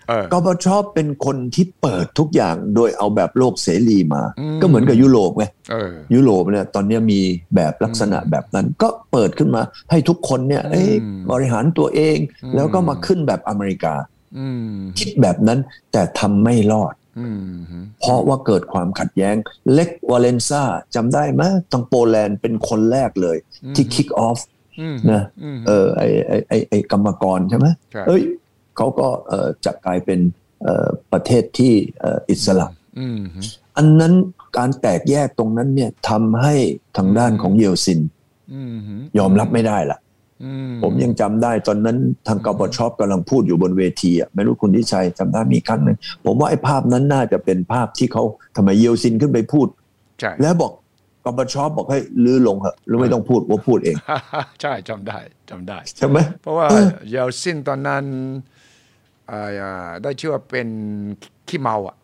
A: เออ
B: กบชอบเป็นคนที่เปิดทุกอย่างโดยเอาแบบโลกเสรีมา
A: อืม
B: ก็เหมือนกับยุโรปไง
A: เออ
B: ยุโรปเนี่ยตอนเนี้ยมีแบบลักษณะแบบนั้น ก็เปิดขึ้นมาให้ทุกคนเนี่ยเอ้ย
A: อืม
B: บริหารตัวเอง
A: อืม
B: แล้วก็มาขึ้นแบบอเมริกา
A: อืม
B: คิดแบบนั้นแต่ทำไม่รอด
A: อืม
B: เพราะว่าเกิดความขัดแย้งเล็กวาเลนซ่าจำได้ไหมทางโปแลนด์เป็นคนแรกเลย ที่คิกออฟ
A: อืม
B: นะ
A: อืม
B: เออไอไอไอไอกรรมกรใช่ไหม
A: ใช่
B: เอ้ยเขาก็เออจะกลายเป็นเอ่อประเทศที่เอ่ออิสระ
A: อืม
B: อันนั้นการแตกแยกตรงนั้นเนี่ยทำให้ทางด้านของเยลซิน
A: อืม
B: ยอมรับไม่ได้ละ
A: อื
B: ผมยังจำได้ตอนนั้นทางกบชอบกำลังพูดอยู่บนเวทีอ่ะไม่รู้คุณทิชัยจำได้มีครั้งหนึ่งผมว่าไอ้ภาพนั้นน่าจะเป็นภาพที่เขาทำไมเยลซินขึ้นไปพูด
A: ใช่
B: แล้วบอกกบชอบบอกให้ลื้อลงเหอะหรือไม่ต้องพูดว่าพูดเอง
A: ใช่จำได้จำได้
B: ใช่ไหม
A: เพราะว่า
B: เออ
A: เยลซินตอนนั้นอ่าอ่าได้ชื่อว่าเป็นขี้เมาอ่ะ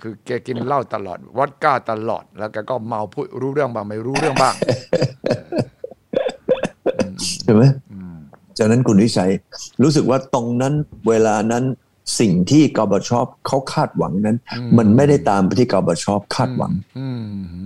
A: คือแกกินเหล้าตลอด วอดก้าตลอด แล้วแกก็เมาพูดรู้เรื่องบ้างไม่รู้เรื่องบ้าง
B: ใช่ไหมจากนั้นคุณวิชัยรู้สึกว่าตรงนั้นเวลานั้นสิ่งที่กบชอบเขาคาดหวังนั้น มันไม่ได้ตามที่กบชอบคาดหวัง
A: อืม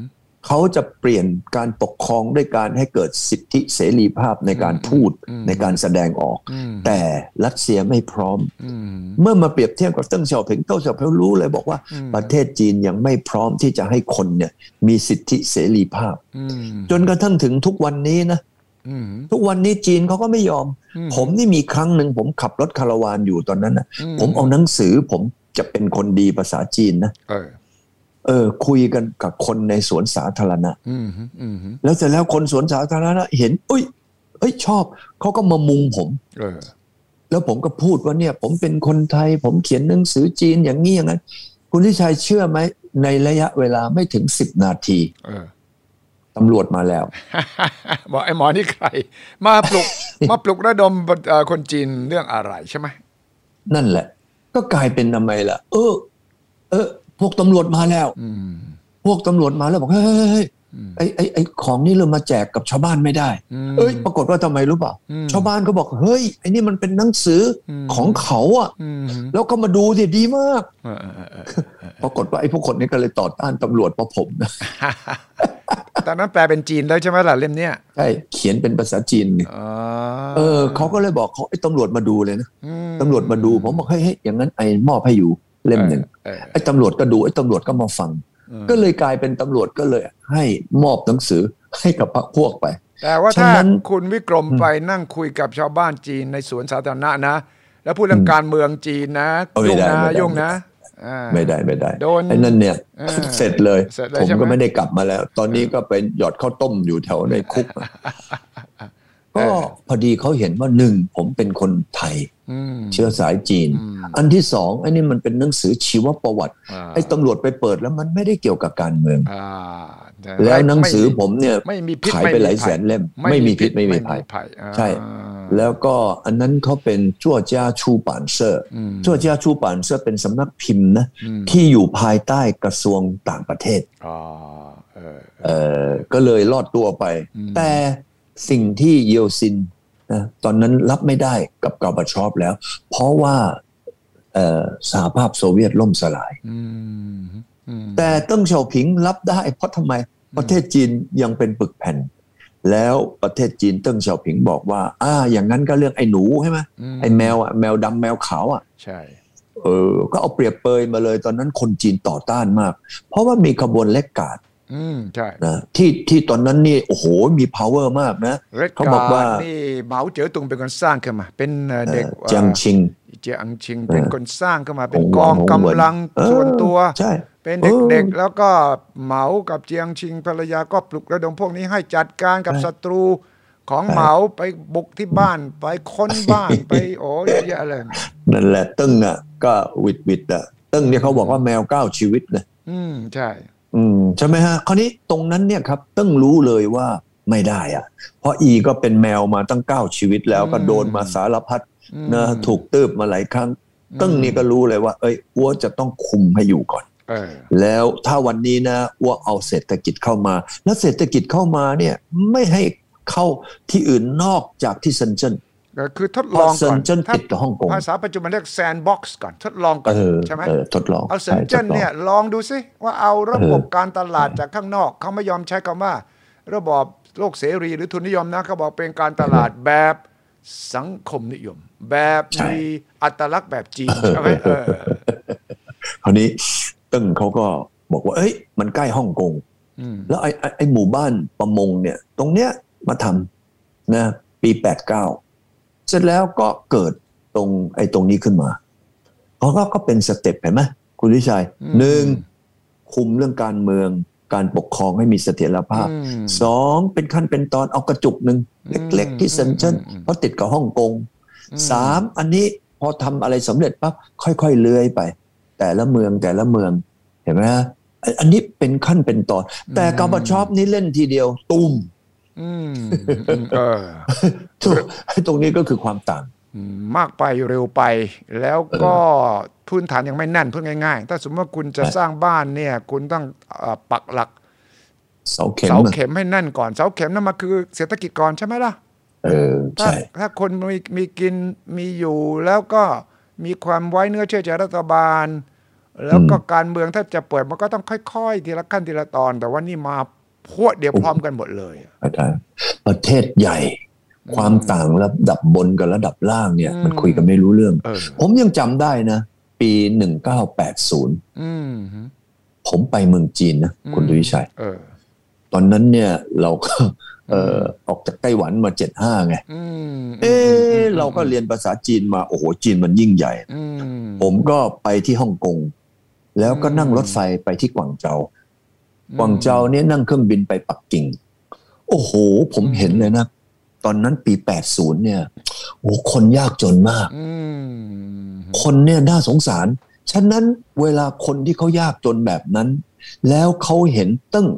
B: เขาจะเปลี่ยนการปกครองด้วยการให้เกิดสิทธิเสรีภาพในการพูดในการแสดงออก
A: อืม
B: แต่รัสเซียไม่พร้อม
A: อืม
B: เมื่อมาเปรียบเทียบกับเติ้งเสี่ยวผิงเติ้งเสี่ยวผิงรู้เลยบอกว่า
A: อืม
B: ประเทศจีนยังไม่พร้อมที่จะให้คนเนี่ยมีสิทธิเสรีภาพ
A: อืม
B: จนกระทั่งถึงทุกวันนี้นะ
A: อืม
B: ทุกวันนี้จีนเขาก็ไม่ยอม
A: อืม
B: ผมนี่มีครั้งหนึ่งผมขับรถคาราวานอยู่ตอนนั้นนะ
A: อืม
B: ผมเอาหนังสือผมจะเป็นคนดีภาษาจีนนะ
A: เออ
B: เออ คุยกันกับคนในสวนสาธารณะ
A: อืมอืม
B: แล้วเสร็จแล้วคนสวนสาธารณะเห็นเอ้ย เอ้ยชอบ เขาก็มามุงผม
A: เออ
B: แล้วผมก็พูดว่าเนี่ย ผมเป็นคนไทย ผมเขียนหนังสือจีนอย่างนี้อย่างนั้น คุณทิชัยเชื่อไหมในระยะเวลาไม่ถึงสิบนาที
A: เออ
B: ตำรวจมาแล้ว
A: บอกไอ้หมอนี่ใคร มาปลุ ก มาปลุกระดมเอ่อคนจีนเรื่องอะไรใช่ไหม
B: นั่นแหละ ก็กลายเป็นทำไมล่ะ เออ เออ พวกตำรวจมาแล้ว
A: อืม
B: พวกตำรวจมาแล้วบอกเฮ้ยเฮ้ยเฮ้ย
A: อืม
B: ไอ้ไอ้ไอ้ของนี่เรามาแจกกับชาวบ้านไม่ได้
A: อืม
B: เอ้ย ปรากฏว่าทำไมรู้เปล่า
A: อืม
B: ชาวบ้านก็บอกเฮ้ยไอ้นี่มันเป็นหนังสืออ
A: ม
B: ของเขาอะ
A: อืม
B: แล้วก็มาดูสิดีมาก
A: เออเออเออ
B: ปรากฏว่าไอ้พวกคนนี้ก็เลยต่อต้านตำรวจเพราะผมนะ
A: ตอนนั้นแปลเป็นจีนแล้วใช่ไหมล่ะเล่มเนี้ย
B: ใช่เขียนเป็นภาษาจีนไง
A: อ๋อ
B: เออเขาก็เลยบอกเขาไอ้ตำรวจมาดูเลยนะ
A: อืม
B: ตำรวจมาดูผมบอกเฮ้ยเฮ้ยอย่างนั้นไอ้มอบให้อยู่เล่มหนึ่ง
A: เออ
B: ไอ้ตำรวจก็ดูไอ้ตำรวจก็มาฟัง
A: ออ
B: ก็เลยกลายเป็นตำรวจก็เลยให้มอบหนังสือ ให้กับพรรคพวกไป
A: แต่ว่าถ้า
B: ฉะนั้น
A: คุณวิกรมไปนั่งคุยกับชาวบ้านจีนในสวนสาธารณะนะ แล้วพูดเรื่องการเมืองจีนนะ
B: เอาไม่
A: ยุ่ง
B: ได้
A: นะ
B: ไม่ได้
A: ยุ่งนะอ่า
B: ไม่ได้ไม่ได้
A: โดน
B: ไอ้นั่นเนี่ย
A: เออ
B: เสร็จเลย
A: เสร็จเลย
B: ผม
A: ใช่ไหม
B: ก็ไม่ได้กลับมาแล้ว ตอนนี้ก็ไปหยอดข้าวต้มอยู่แถวในคุกอะก็พอดีเขาเห็นว่าหนึ่งผมเป็นคนไทย
A: อืม
B: เชื้อสายจีน
A: อืม
B: อันที่สองไอ้นี่มันเป็นหนังสือชีวประวัติ
A: อ่า
B: ไอ้ตำรวจไปเปิดแล้วมันไม่ได้เกี่ยวกับการเมือง
A: อ่าต่
B: แล้วหนังสือ
A: ไม่
B: ผมเนี่ย
A: ไม่มีพิษ
B: ขายไป
A: ม่มี
B: หลายแสนเล่ม ไม่มีพิษไม่มีภัย
A: ภัยอ่า
B: ใช่ แล้วก็อันนั้นเขาเป็นชั่วจ้าชูปานเซอร์
A: อืม
B: ชั่วจ้าชูปานเซอร์เป็นสำนักพิมพ์นะ
A: อืม
B: ที่อยู่ภายใต้กระทรวงต่างประเทศ
A: อ๋อเออ
B: เอ่อก็เลยรอดตัวไป
A: อืม
B: แต่สิ่งที่เยลซินนะตอนนั้นรับไม่ได้กับกอร์บาชอฟแล้ว เพราะว่าเอ่อสหภาพโซเวียตล่มสลาย
A: อืมอืม
B: แต่เติ้งเฉาผิงรับได้ เพราะทำไมประเทศจีนยังเป็นปึกแผ่น แล้วประเทศจีนเติ้งเฉาผิงบอกว่า อ่า อย่างนั้นก็เรื่องไอ้หนูใช่ไหมไอ้แมวอ่ะแมวดำแมวขาวอ่ะ
A: ใช่
B: เออ ก็เอาเปรียบเปรยมาเลยตอนนั้นคนจีนต่อต้านมาก เพราะว่ามีขบวนเล็กกาด
A: อืมใช่
B: นะที่ที่ตอนนั้นนี่โอ้โหมี power มากนะ
A: เรด
B: เขา
A: กา
B: บอกว่า
A: ร์ดนี่เหมาเจ๋อตุงเป็นคนสร้างขึ้นมา เป็นเอ่อเด็ก
B: เจียงชิง
A: เอ่อเจียงชิงเป็น
B: เออ
A: คนสร้างขึ้นมาเป็น
B: หงห
A: ก
B: ว
A: อน ง
B: หงหวน
A: กำลัง
B: เออ
A: ส่วนตัว
B: ใช่
A: เป็น
B: เออ
A: เด็กๆ แล้วก็เหมากับเจียงชิงภรรยาก็ปลุกระดมพวกนี้ให้จัดการกับศัตรูของเหมาไปบุกที่บ้านไปค้น บ้าน ไปโอ้เยอะแยะเลย
B: นั่นแหละเติ้งอ่ะก็วิดวิดอ่ะเติ้งเนี่ยเขาบอกว่าแมวเก้าชีวิตนะ
A: อืมใช่
B: อืมใช่ไหมฮะคราวนี้ตรงนั้นเนี่ยครับต้องรู้เลยว่าไม่ได้อะเพราะอีก็เป็นแมวมาตั้งเก้าชีวิตแล้ว
A: อืม
B: ก็โดนมาสารพัด
A: อืม
B: นะถูกตืบมาหลายครั้งตึ้งนี่ก็รู้เลยว่า เอ้ยอ้วจะต้องคุมให้อยู่ก่อน
A: เออ
B: แล้วถ้าวันนี้นะอ้วเอาเศรษฐกิจเข้ามา แล้วเศรษฐกิจเข้ามาเนี่ยไม่ให้เข้าที่อื่นนอกจากที่เซนเจิ้น
A: ก็คือทด
B: เพ
A: ลอ
B: ราะ
A: ง
B: เซ
A: ก่อน น
B: เจิ้น
A: ถ้า
B: ติดกับฮ่องกง
A: ภาษาปัจจุบันเรียกแซนบ็อกซ์ก่อนทดลองก่
B: เอ
A: อน
B: อ
A: ใช่ไหม
B: เออทดลอง
A: เอาเซน
B: ใช่
A: เจิ้น
B: ทดลอง
A: เนี่ยลองดูซิว่าเอาระบบ
B: เออ
A: การตลาดจากข้างนอก เขาไม่ยอมใช้คำว่า ระบอบโลกเสรีหรือทุนนิยมนะเขาบอกเป็นการตลาดแบบสังคมนิยม แบบมีอัตลักษณ์แบบจีนใช่ไหมเออ
B: คราวนี้ตึ้งเขาก็บอกว่า เอ้ย มันใกล้ฮ่องกง
A: อืม
B: แล้วไอ้ไอ้ไอ้หมู่บ้านประมงเนี่ย ตรงเนี้ยมาทำนะปี 89 เสร็จแล้วก็เกิดตรงไอ้ตรงนี้ขึ้นมาเขาก็ก็เป็นสเต็ปเห็นไหมคุณวิชัยหนึ่งคุมเรื่องการเมืองการปกครองให้มีเสถียรภาพ
A: อืม
B: สองเป็นขั้นเป็นตอนเอากระจุกหนึ่งเล็ก
A: อืม
B: ๆ ที่เซนเจิ้น
A: อืม
B: เพราะติดกับฮ่องกง
A: อื
B: สามอันนี้พอทำอะไรสำเร็จปั๊บค่อยๆเลื้อยไป แต่ละเมืองแต่ละเมืองเห็นไหมฮะอันอันนี้เป็นขั้นเป็นตอน แต่กาบาชอปนี่เล่นทีเดียว ตุ้ม
A: อืมอืมเออ
B: ถูกตรงนี้ก็คือความต่าง
A: อืมมากไปเร็วไปแล้วก็พื้นฐานยังไม่แน่นเพื่อง่ายๆ ถ้าสมมติว่าคุณจะ
B: ใช่
A: สร้างบ้านเนี่ย คุณต้องเอ่อปักหลัก
B: เสาเข็ม
A: เสา
B: อะ
A: เข็มให้แน่นก่อนเสาเข็มนั่นมาคือเศรษฐกิจก่อนใช่ไหมล่ะ
B: เออ
A: ถ้า
B: ใช่
A: ถ้าคนมีมีกินมีอยู่แล้วก็มีความไว้เนื้อเชื่อใจรัฐบาล แล้วก็การเมืองถ้าจะเปิดมันก็ต้องค่อยๆ ทีละขั้นทีละตอน แต่ว่านี่มาพวดเดียวพร้อมกันหมดเลยอะ
B: อาจารย์ประเทศใหญ่ ความต่างระดับบนกับระดับล่างเนี่ย
A: อืม
B: มันคุยกันไม่รู้เรื่อง
A: เออ
B: ผมยังจำได้นะ ปี 1980
A: อืม
B: ผมไปเมืองจีนนะ คุณดุวิชัย
A: เออ
B: ตอนนั้นเนี่ยเราก็ เออออกจากไต้หวันมา 75 ไง
A: อืม
B: เออเราก็เรียนภาษาจีนมา โอ้โห จีนมันยิ่งใหญ่
A: อืม
B: ผมก็ไปที่ฮ่องกง แล้วก็นั่ง
A: อืม
B: รถไฟไปที่กวางเจา กวางเจาเนี่ยนั่งเครื่องบินไปปักกิ่ง โอ้โห ผมเห็นเลยนะ ตอนนั้นปี 80 เนี่ย โอ้โหคนยากจนมาก
A: อืม
B: คนเนี่ยน่าสงสาร ฉะนั้นเวลาคนที่เขายากจนแบบนั้น แล้วเขาเห็นตึ้ง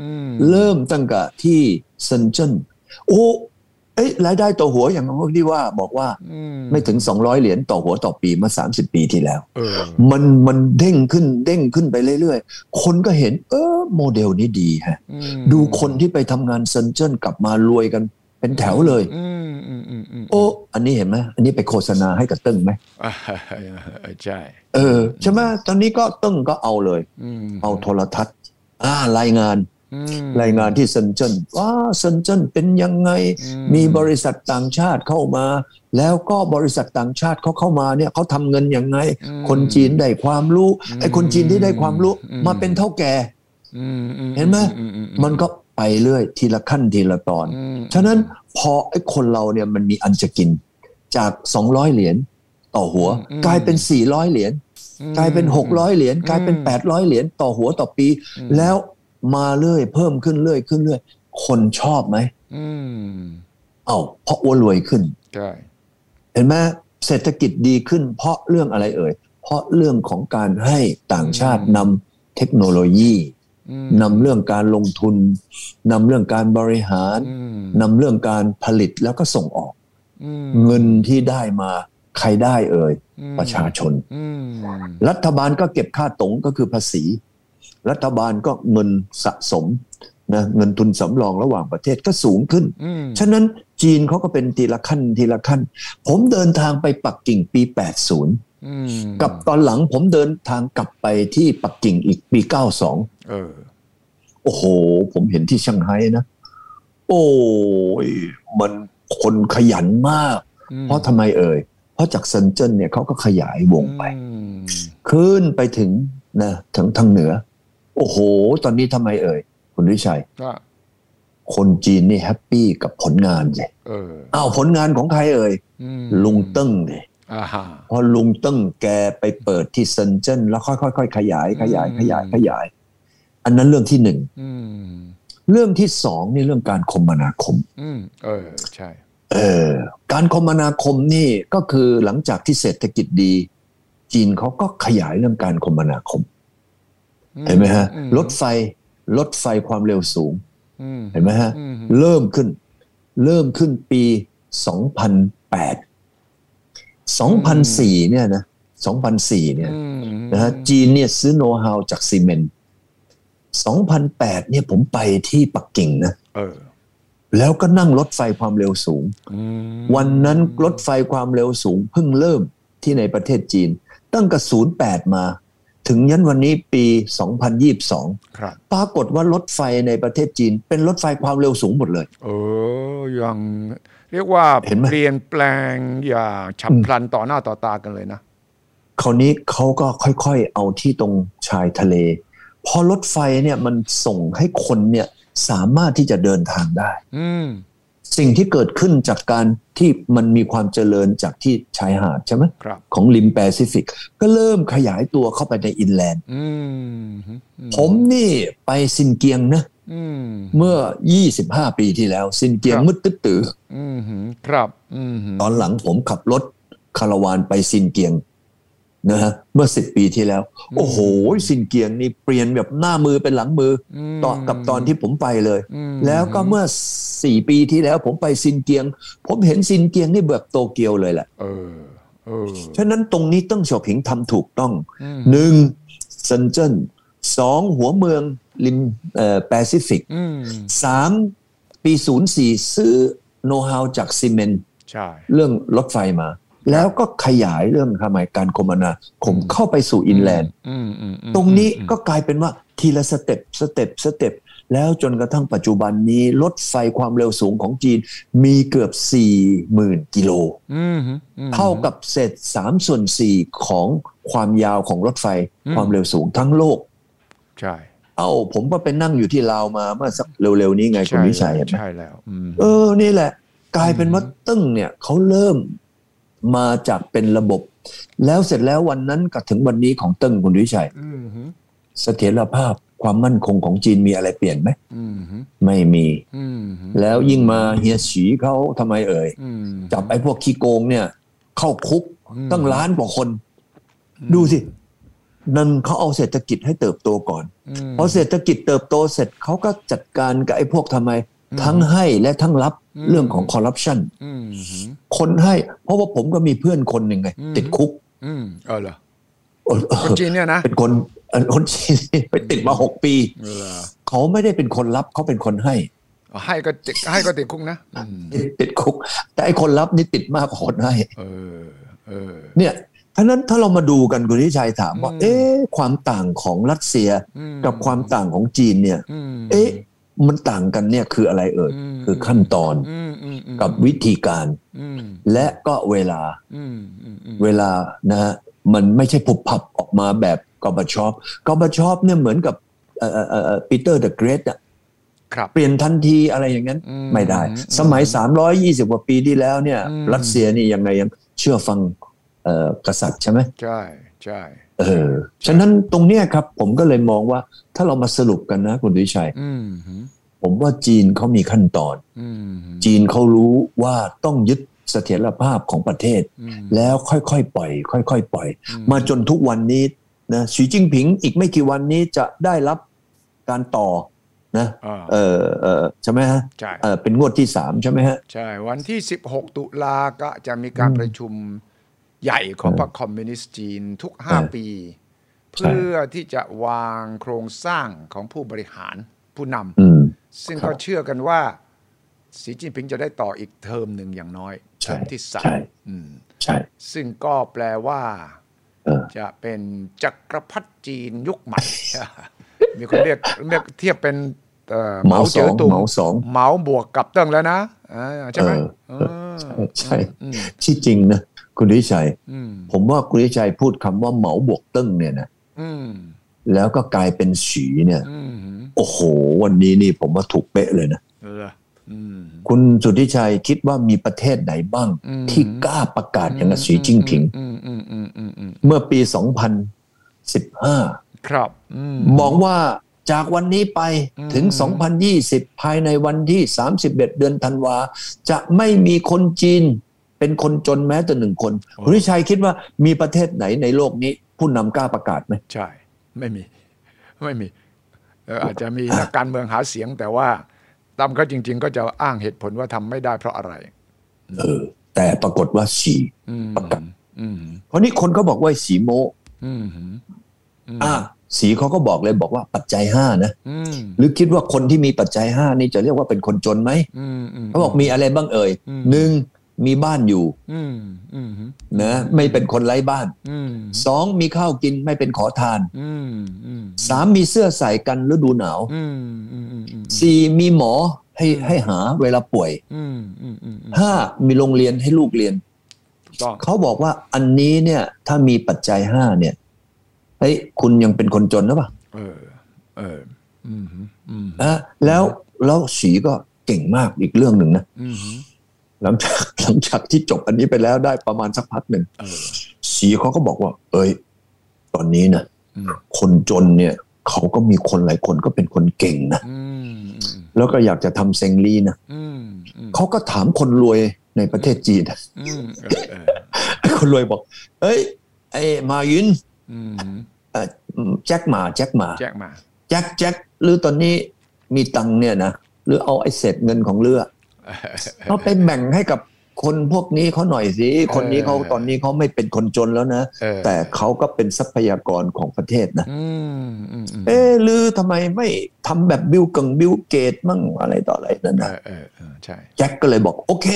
A: อืม
B: เริ่มตั้งแต่ที่เซนเจนโอ้เอ้ยรายได้ต่อหัวอย่างที่ว่าบอกว่า
A: อืม
B: ไม่ถึง 200 เหรียญต่อหัวต่อปีเมา 30 ปีที่แล้ว
A: เออ
B: มันมันเด้งขึ้นเด้งขึ้นไปเรื่อยๆ คนก็เห็น เออโมเดลนี้ดีฮะ
A: อืม
B: ดูคนที่ไปทำงานเซนเจนกลับมารวยกันเป็นแถวเลย
A: อืมอืมอืมอืม
B: โอ้ อันนี้เห็นไหมอันนี้ไปโฆษณาให้กับตึ้งไหม
A: อ่าใช่
B: เออใช่ไหมตอนนี้ก็ตึ้งก็เอาเลย
A: อืม
B: เอาโทรทัศน์อ่ารายงาน
A: อืม
B: รายงานที่เซนเจนว่าเซนเจนเป็นยังไง
A: อืม
B: มีบริษัทต่างชาติเข้ามา แล้วก็บริษัทต่างชาติเขาเข้ามาเนี่ยเขาทำเงินยังไง
A: อืม
B: คนจีนได้ความรู้
A: อืม
B: ไอ้คนจีนที่ได้ความรู้
A: อืม
B: มาเป็นเท่าแก่
A: อือื
B: เห็นไหม
A: อือื
B: มันก็ไปเรื่อยทีละขั้นทีละตอน
A: อืม
B: ฉะนั้นพอไอ้คนเราเนี่ยมันมีอันจะกินจาก 200 เหรียญต่อหัว กลายเป็น 400 เหรียญ
A: อืม
B: กลายเป็น 600 เหรียญกลายเป็น
A: อืม
B: 800 เหรียญต่อหัวต่อปี แล้วมาเรื่อยเพิ่มขึ้นเรื่อยขึ้นเรื่อยคนชอบไหม
A: อืม
B: เอ้าเพราะอ้วนรวยขึ้น
A: ใช่
B: เห็นไหมเศรษฐกิจดีขึ้น เพราะเรื่องอะไรเอ่ย เพราะเรื่องของการให้ต่างชาตินำเทคโนโลยี
A: อืม
B: นำเรื่องการลงทุนนำเรื่องการบริหาร
A: อืม
B: นำเรื่องการผลิตแล้วก็ส่งออก
A: อืม
B: เงินที่ได้มาใครได้เอ่ย
A: อืม
B: ประชาชน
A: อืม
B: รัฐบาลก็เก็บค่าตรงก็คือภาษี รัฐบาลก็เงินสะสมนะเงินทุนสำรองระหว่างประเทศก็สูงขึ้น
A: อืม
B: ฉะนั้นจีนเขาก็เป็นทีละขั้นทีละขั้น ผมเดินทางไปปักกิ่งปี 80
A: อืม
B: กับตอนหลังผมเดินทางกลับไปที่ปักกิ่งอีกปี 92
A: เออ
B: โอ้โห ผมเห็นที่เซี่ยงไฮ้นะ โอ้ยมันคนขยันมาก เพราะทำไมเอ่ย เพราะจากเซนเจิ้นเนี่ยเขาก็ขยายวงไป ขึ้นไปถึงนะถึงทางเหนือ โอ้โห ตอนนี้ทำไมเอ่ย คุณวิชัย
A: ก็
B: คนจีนนี่แฮปปี้กับผลงานเลย
A: เออ
B: อ้าวผลงานของใครเอ่ย
A: อืม
B: ลุงเติ้งเลย
A: อ่าฮะ
B: พอลุงเติ้งแกไปเปิดที่เซนเจิ้นแล้วค่อยๆค่อยๆขยายขยายขยายขยาย อันนั้นเรื่องที่หนึ่ง
A: อืม
B: เรื่องที่สองนี่เรื่องการคมนาคม
A: อืมเออ ใช่
B: เออการคมนาคมนี่ก็คือหลังจากที่เศรษฐกิจดี จีนเขาก็ขยายเรื่องการคมนาคม เห็นไหมฮะ
A: อื
B: รถไฟรถไฟความเร็วสูง
A: อืม
B: เห็นไหมฮะ
A: อืม
B: เริ่มขึ้น เริ่มขึ้นปี 2008 2004 เนี่ยนะ 2004 เนี่ย
A: อืม
B: นะฮะจีนเนี่ยซื้อโน้ตฮาวจากซีเมนต์2008 เนี่ยผมไปที่ปักกิ่งนะ
A: เออ
B: แล้วก็นั่งรถไฟความเร็วสูง
A: อืม
B: วันนั้นรถไฟความเร็วสูงเพิ่งเริ่มที่ในประเทศจีน ตั้งแต่08 มา ถึงยันวันนี้ปี 2022
A: ครับ
B: ปรากฏว่ารถไฟในประเทศจีน เป็นรถไฟความเร็วสูงหมดเลย
A: เออยังเรียกว่า
B: เห็นไหม
A: เปลี่ยนแปลงอย่างฉับพลันต่อหน้าต่อตากันเลยนะ
B: คราวนี้เขาก็ค่อยๆ เอาที่ตรงชายทะเล พอรถไฟเนี่ยมันส่งให้คนเนี่ยสามารถที่จะเดินทางได้
A: อืม
B: สิ่งที่เกิดขึ้นจากการที่มันมีความเจริญจากที่ชายหาดใช่ไหม
A: ครับ
B: ของริมแปซิฟิก ก็เริ่มขยายตัวเข้าไปในอินแลนด์
A: อืม
B: ผมนี่ไปซินเกียงนะ
A: อืม
B: เมื่อ 25 ปีที่แล้ว ซินเกียงมืดตึ๊ดตือ
A: อืมครับ อืม
B: ตอนหลังผมขับรถคาราวานไปซินเกียงนะฮะเมื่อสิบปีที่แล้ว โอ้โหซินเกียงนี่เปลี่ยนแบบหน้ามือเป็นหลังมือ
A: ม
B: ต่อกับตอนที่ผมไปเลย
A: อืม
B: แล้วก็เมื่อสี่ปีที่แล้วผมไปซินเกียง ผมเห็นซินเกียงนี่แบบโตเกียวเลยแหละ
A: เออ เออ
B: ฉะนั้นตรงนี้เต้องเฉาผิงทำถูกต้อง
A: อืม
B: หนึ่งเซนเจิ้นสองหัวเมืองริมเอ่อแปซิฟิก
A: อืม
B: สามปีศูนย์สี่ซื้อโน้ตฮาวจากซีเมนต์
A: ใช่
B: เรื่องรถไฟมา แล้วก็ขยายเรื่องขมายการคมนาคมเข้าไปสู่อินแลนด์
A: อืมอืมอืม
B: ตรงนี้ก็กลายเป็นว่าทีละสเต็ปสเต็ปสเต็ปแล้วจนกระทั่งปัจจุบันนี้ รถไฟความเร็วสูงของจีนมีเกือบ 40,000 กิโล
A: อืมอืมอืม
B: เท่ากับเศษ3ส่วน4ของความยาวของรถไฟ
A: อืม
B: ความเร็วสูงทั้งโลก
A: ใช่
B: เอ้า ผมก็ไปนั่งอยู่ที่ลาวมาเมื่อสักเร็วๆนี้ไงคุณวิชัยเห็นไหม
A: ใช่แล้วอืม
B: เออ นี่แหละ กลายเป็น
A: อืม
B: ว่าตึ้งเนี่ยเขาเริ่มมาจากเป็นระบบ แล้วเสร็จแล้ววันนั้นกับถึงวันนี้ของตึ้งคุณวิชัย
A: อืม
B: เสถียรภาพความมั่นคงของจีนมีอะไรเปลี่ยนไหม
A: อืม
B: ไม่มี
A: อืม
B: แล้วยิ่งมาเฮียฉีเขาทำไมเอ่ย
A: อืม
B: จับไอ้พวกขี้โกงเนี่ย เข้าคุก
A: อืม
B: ตั้งล้านกว่าคน ดูสิ นั่นเขาเอาเศรษฐกิจให้เติบโตก่อน
A: อืม
B: พอเศรษฐกิจเติบโตเสร็จเขาก็จัดการกับไอ้พวกทำไม ทั้งให้และทั้งรับเรื่องของคอร์รัปชัน
A: อืม
B: คนให้ เพราะว่าผมก็มีเพื่อนคนหนึ่งไง ติดคุก
A: อืมเออเหรอ
B: เออเอ
A: คน
B: อ
A: จีนเนี่ยนะ
B: เป็นคนเออคนจีนไปติดมาหกปี
A: เออเหรอ
B: เขาไม่ได้เป็นคนรับเขาเป็นคนให้
A: ให้ก็ติดให้ก็ติดคุกนะอืม
B: ติดคุก แต่ไอ้คนรับนี่ติดมากกว่าคนให้
A: เออเออ
B: เนี่ยทั้งนั้นถ้าเรามาดูกันคุณทิชัยถามว่า
A: อืม
B: เอ๊ะความต่างของรัสเซีย
A: อื
B: กับความต่างของจีนเนี่ย
A: อืม
B: เอ๊ะ มันต่างกันเนี่ยคืออะไรเอ่ย
A: ม
B: คือขั้นตอน
A: อืมอืมอืม
B: กับวิธีการ
A: อืม
B: และก็เวลา
A: อืมอืมอืม
B: เวลานะฮะมันไม่ใช่ผุบผับออกมาแบบกอบชอปกอบชอปเนี่ยเหมือนกับเอ่อเอ่อเอ่อปีเตอร์เดอะเกรทอะ
A: ครับ
B: เปลี่ยนทันทีอะไรอย่างนั้น
A: อื
B: ไม่ได้
A: อื
B: สมัย 320 กว่าปีที่แล้วเนี่ย
A: อืม
B: รัสเซียนี่ยังไงยังเชื่อฟังเอ่อกษัตริย์ใช่ไหม
A: ใช่ใช่
B: เออ ฉะนั้นตรงเนี้ยครับผมก็เลยมองว่าถ้าเรามาสรุปกันนะคุณวิชัย
A: อืมหืม
B: ผมว่าจีนเขามีขั้นตอน
A: อืมหืม
B: จีนเขารู้ว่าต้องยึดเสถียรภาพของประเทศ
A: อืม
B: แล้วค่อยๆปล่อย ค่อยๆปล่อย
A: อื
B: มาจนทุกวันนี้นะสีจิ้งผิงอีกไม่กี่วันนี้จะได้รับการต่อนะ
A: อ่า
B: เออเออใช่ไหมฮะ
A: ใช่
B: เออเป็นงวดที่สามใช่ไหมฮะ
A: ใช่ วันที่ 16 ตุลาก็จะมีการประชุมใหญ่ของพรรคคอมมิวนิสต์จีนทุก
B: ใช่
A: 5 ปี
B: ใช่
A: เพื่อที่จะวางโครงสร้างของผู้บริหารผู้น
B: อืม
A: ำซึ่งก็เชื่อกันว่า สีจิ้นผิงจะได้ต่ออีกเทอมหนึ่งอย่างน้อยเท
B: ใช่
A: อมที่สา
B: ใช่
A: มอืม
B: ใช่
A: ซึ่งก็แปลว่า
B: เออ
A: จะเป็นจักรพรรดิจีนยุคใหม่ มีคนเรียกเรียกเทียบเป็นอ่อ
B: เหมาสอง
A: จ๋ตุง
B: เหมาสอง
A: เหมาบวกกับเติ้งแล้วนะอ่าใช่ไหม
B: เออ
A: เออ
B: ใช่
A: อืม
B: ที่จริงนะคุณวิชัย
A: อืม
B: ผมว่าคุณวิชัยพูดคำว่าเหมาบวกเติ้งเนี่ยนะ
A: อืม
B: แล้วก็กลายเป็นสีเนี่ย
A: อืมอืม
B: โอ้โห วันนี้นี่ผมว่าถูกเป๊ะเลยนะ
A: เอออืม
B: คุณสุทธิชัยคิดว่ามีประเทศไหนบ้าง
A: อืม
B: ที่กล้าประกาศอย่างกับสีจิ้งผิง
A: อืมอืมอืมอืมอืม
B: เมื่อปี 2015
A: ครับอืม
B: บอกว่าจากวันนี้ไปถึง
A: อืม
B: 2020 ภายในวันที่ 31 เดือนธันวา จะไม่มีคนจีน เป็นคนจนแม้แต่หนึ่งคน คุณวิชัยคิดว่ามีประเทศไหนในโลกนี้ ผู้นำกล้าประกาศไหม
A: ใช่ ไม่มี ไม่มีเอ่ออาจจะมีนักการเมืองหาเสียงแต่ว่าตามก็จริง ๆ ก็จะอ้างเหตุผลว่าทำไม่ได้เพราะอะไร
B: เออ แต่ปรากฏว่าสี
A: อืมอืม
B: เพราะนี่คนก็บอกว่าสีโม
A: อืม
B: อ่ะสีเขาก็บอกเลยบอกว่าปัจจัยห้านะ
A: อืม
B: หรือคิดว่าคนที่มีปัจจัยห้านี่จะเรียกว่าเป็นคนจนไหม
A: อืมอืม
B: เขาบอกมีอะไรบ้างเอ่ย
A: อืม
B: หนึ่งมีบ้านอยู่
A: อืมอืม
B: นะไม่เป็นคนไร้บ้าน
A: อืม
B: สองมีข้าวกินไม่เป็นขอทาน
A: อืมอืม
B: สามมีเสื้อใส่กันฤดูหนาว
A: อืมอืมอืมอืม
B: สี่มีหมอให้ให้หาเวลาป่วย
A: อืมอืมอืม
B: ห้ามีโรงเรียนให้ลูกเรียน
A: ถูกต้อง
B: เขาบอกว่าอันนี้เนี่ยถ้ามีปัจจัยห้าเนี่ยเฮ้ยคุณยังเป็นคนจนหรือเปล่า
A: เออ เออ อืมอืม
B: อ่ะแล้วแล้วสีก็เก่งมากอีกเรื่องหนึ่งนะ
A: อืม
B: หลังจากหลังจากที่จบอันนี้ไปแล้วได้ประมาณสักพักหนึ่ง
A: เออ
B: สีเขาก็บอกว่า เอ้ย ตอนนี้นะ
A: อืม
B: คนจนเนี่ย เขาก็มีคนหลายคนก็เป็นคนเก่งนะ
A: อืม
B: แล้วก็อยากจะทำเซงลีนะ
A: อืมอืม
B: เขาก็ถามคนรวยในประเทศจีน นะ
A: อืมเออเออ
B: คนรวยบอก เอ้ยไอ้มายิน
A: อืม
B: เอ่อแจ็คหมาแจ็คหมา
A: แจ้งมา
B: แจ็คแจ็คหรือตอนนี้มีตังค์เนี่ยนะหรือเอาไอ้เศษเงินของเรือเอาไปแบ่งให้กับคนพวกนี้เขาหน่อยสิคนนี้เขาตอนนี้เขาไม่เป็นคนจนแล้วนะ
A: เออ
B: แต่เขาก็เป็นทรัพยากรของประเทศนะ
A: อืมอืมอืม
B: เอ๊ะหรือทำไมไม่ทำแบบบิลกังบิลเกตมั่งอะไรต่ออะไรนั่น
A: เอ
B: นะ
A: อเออเออใช่
B: แจ็คก็เลยบอก โอเค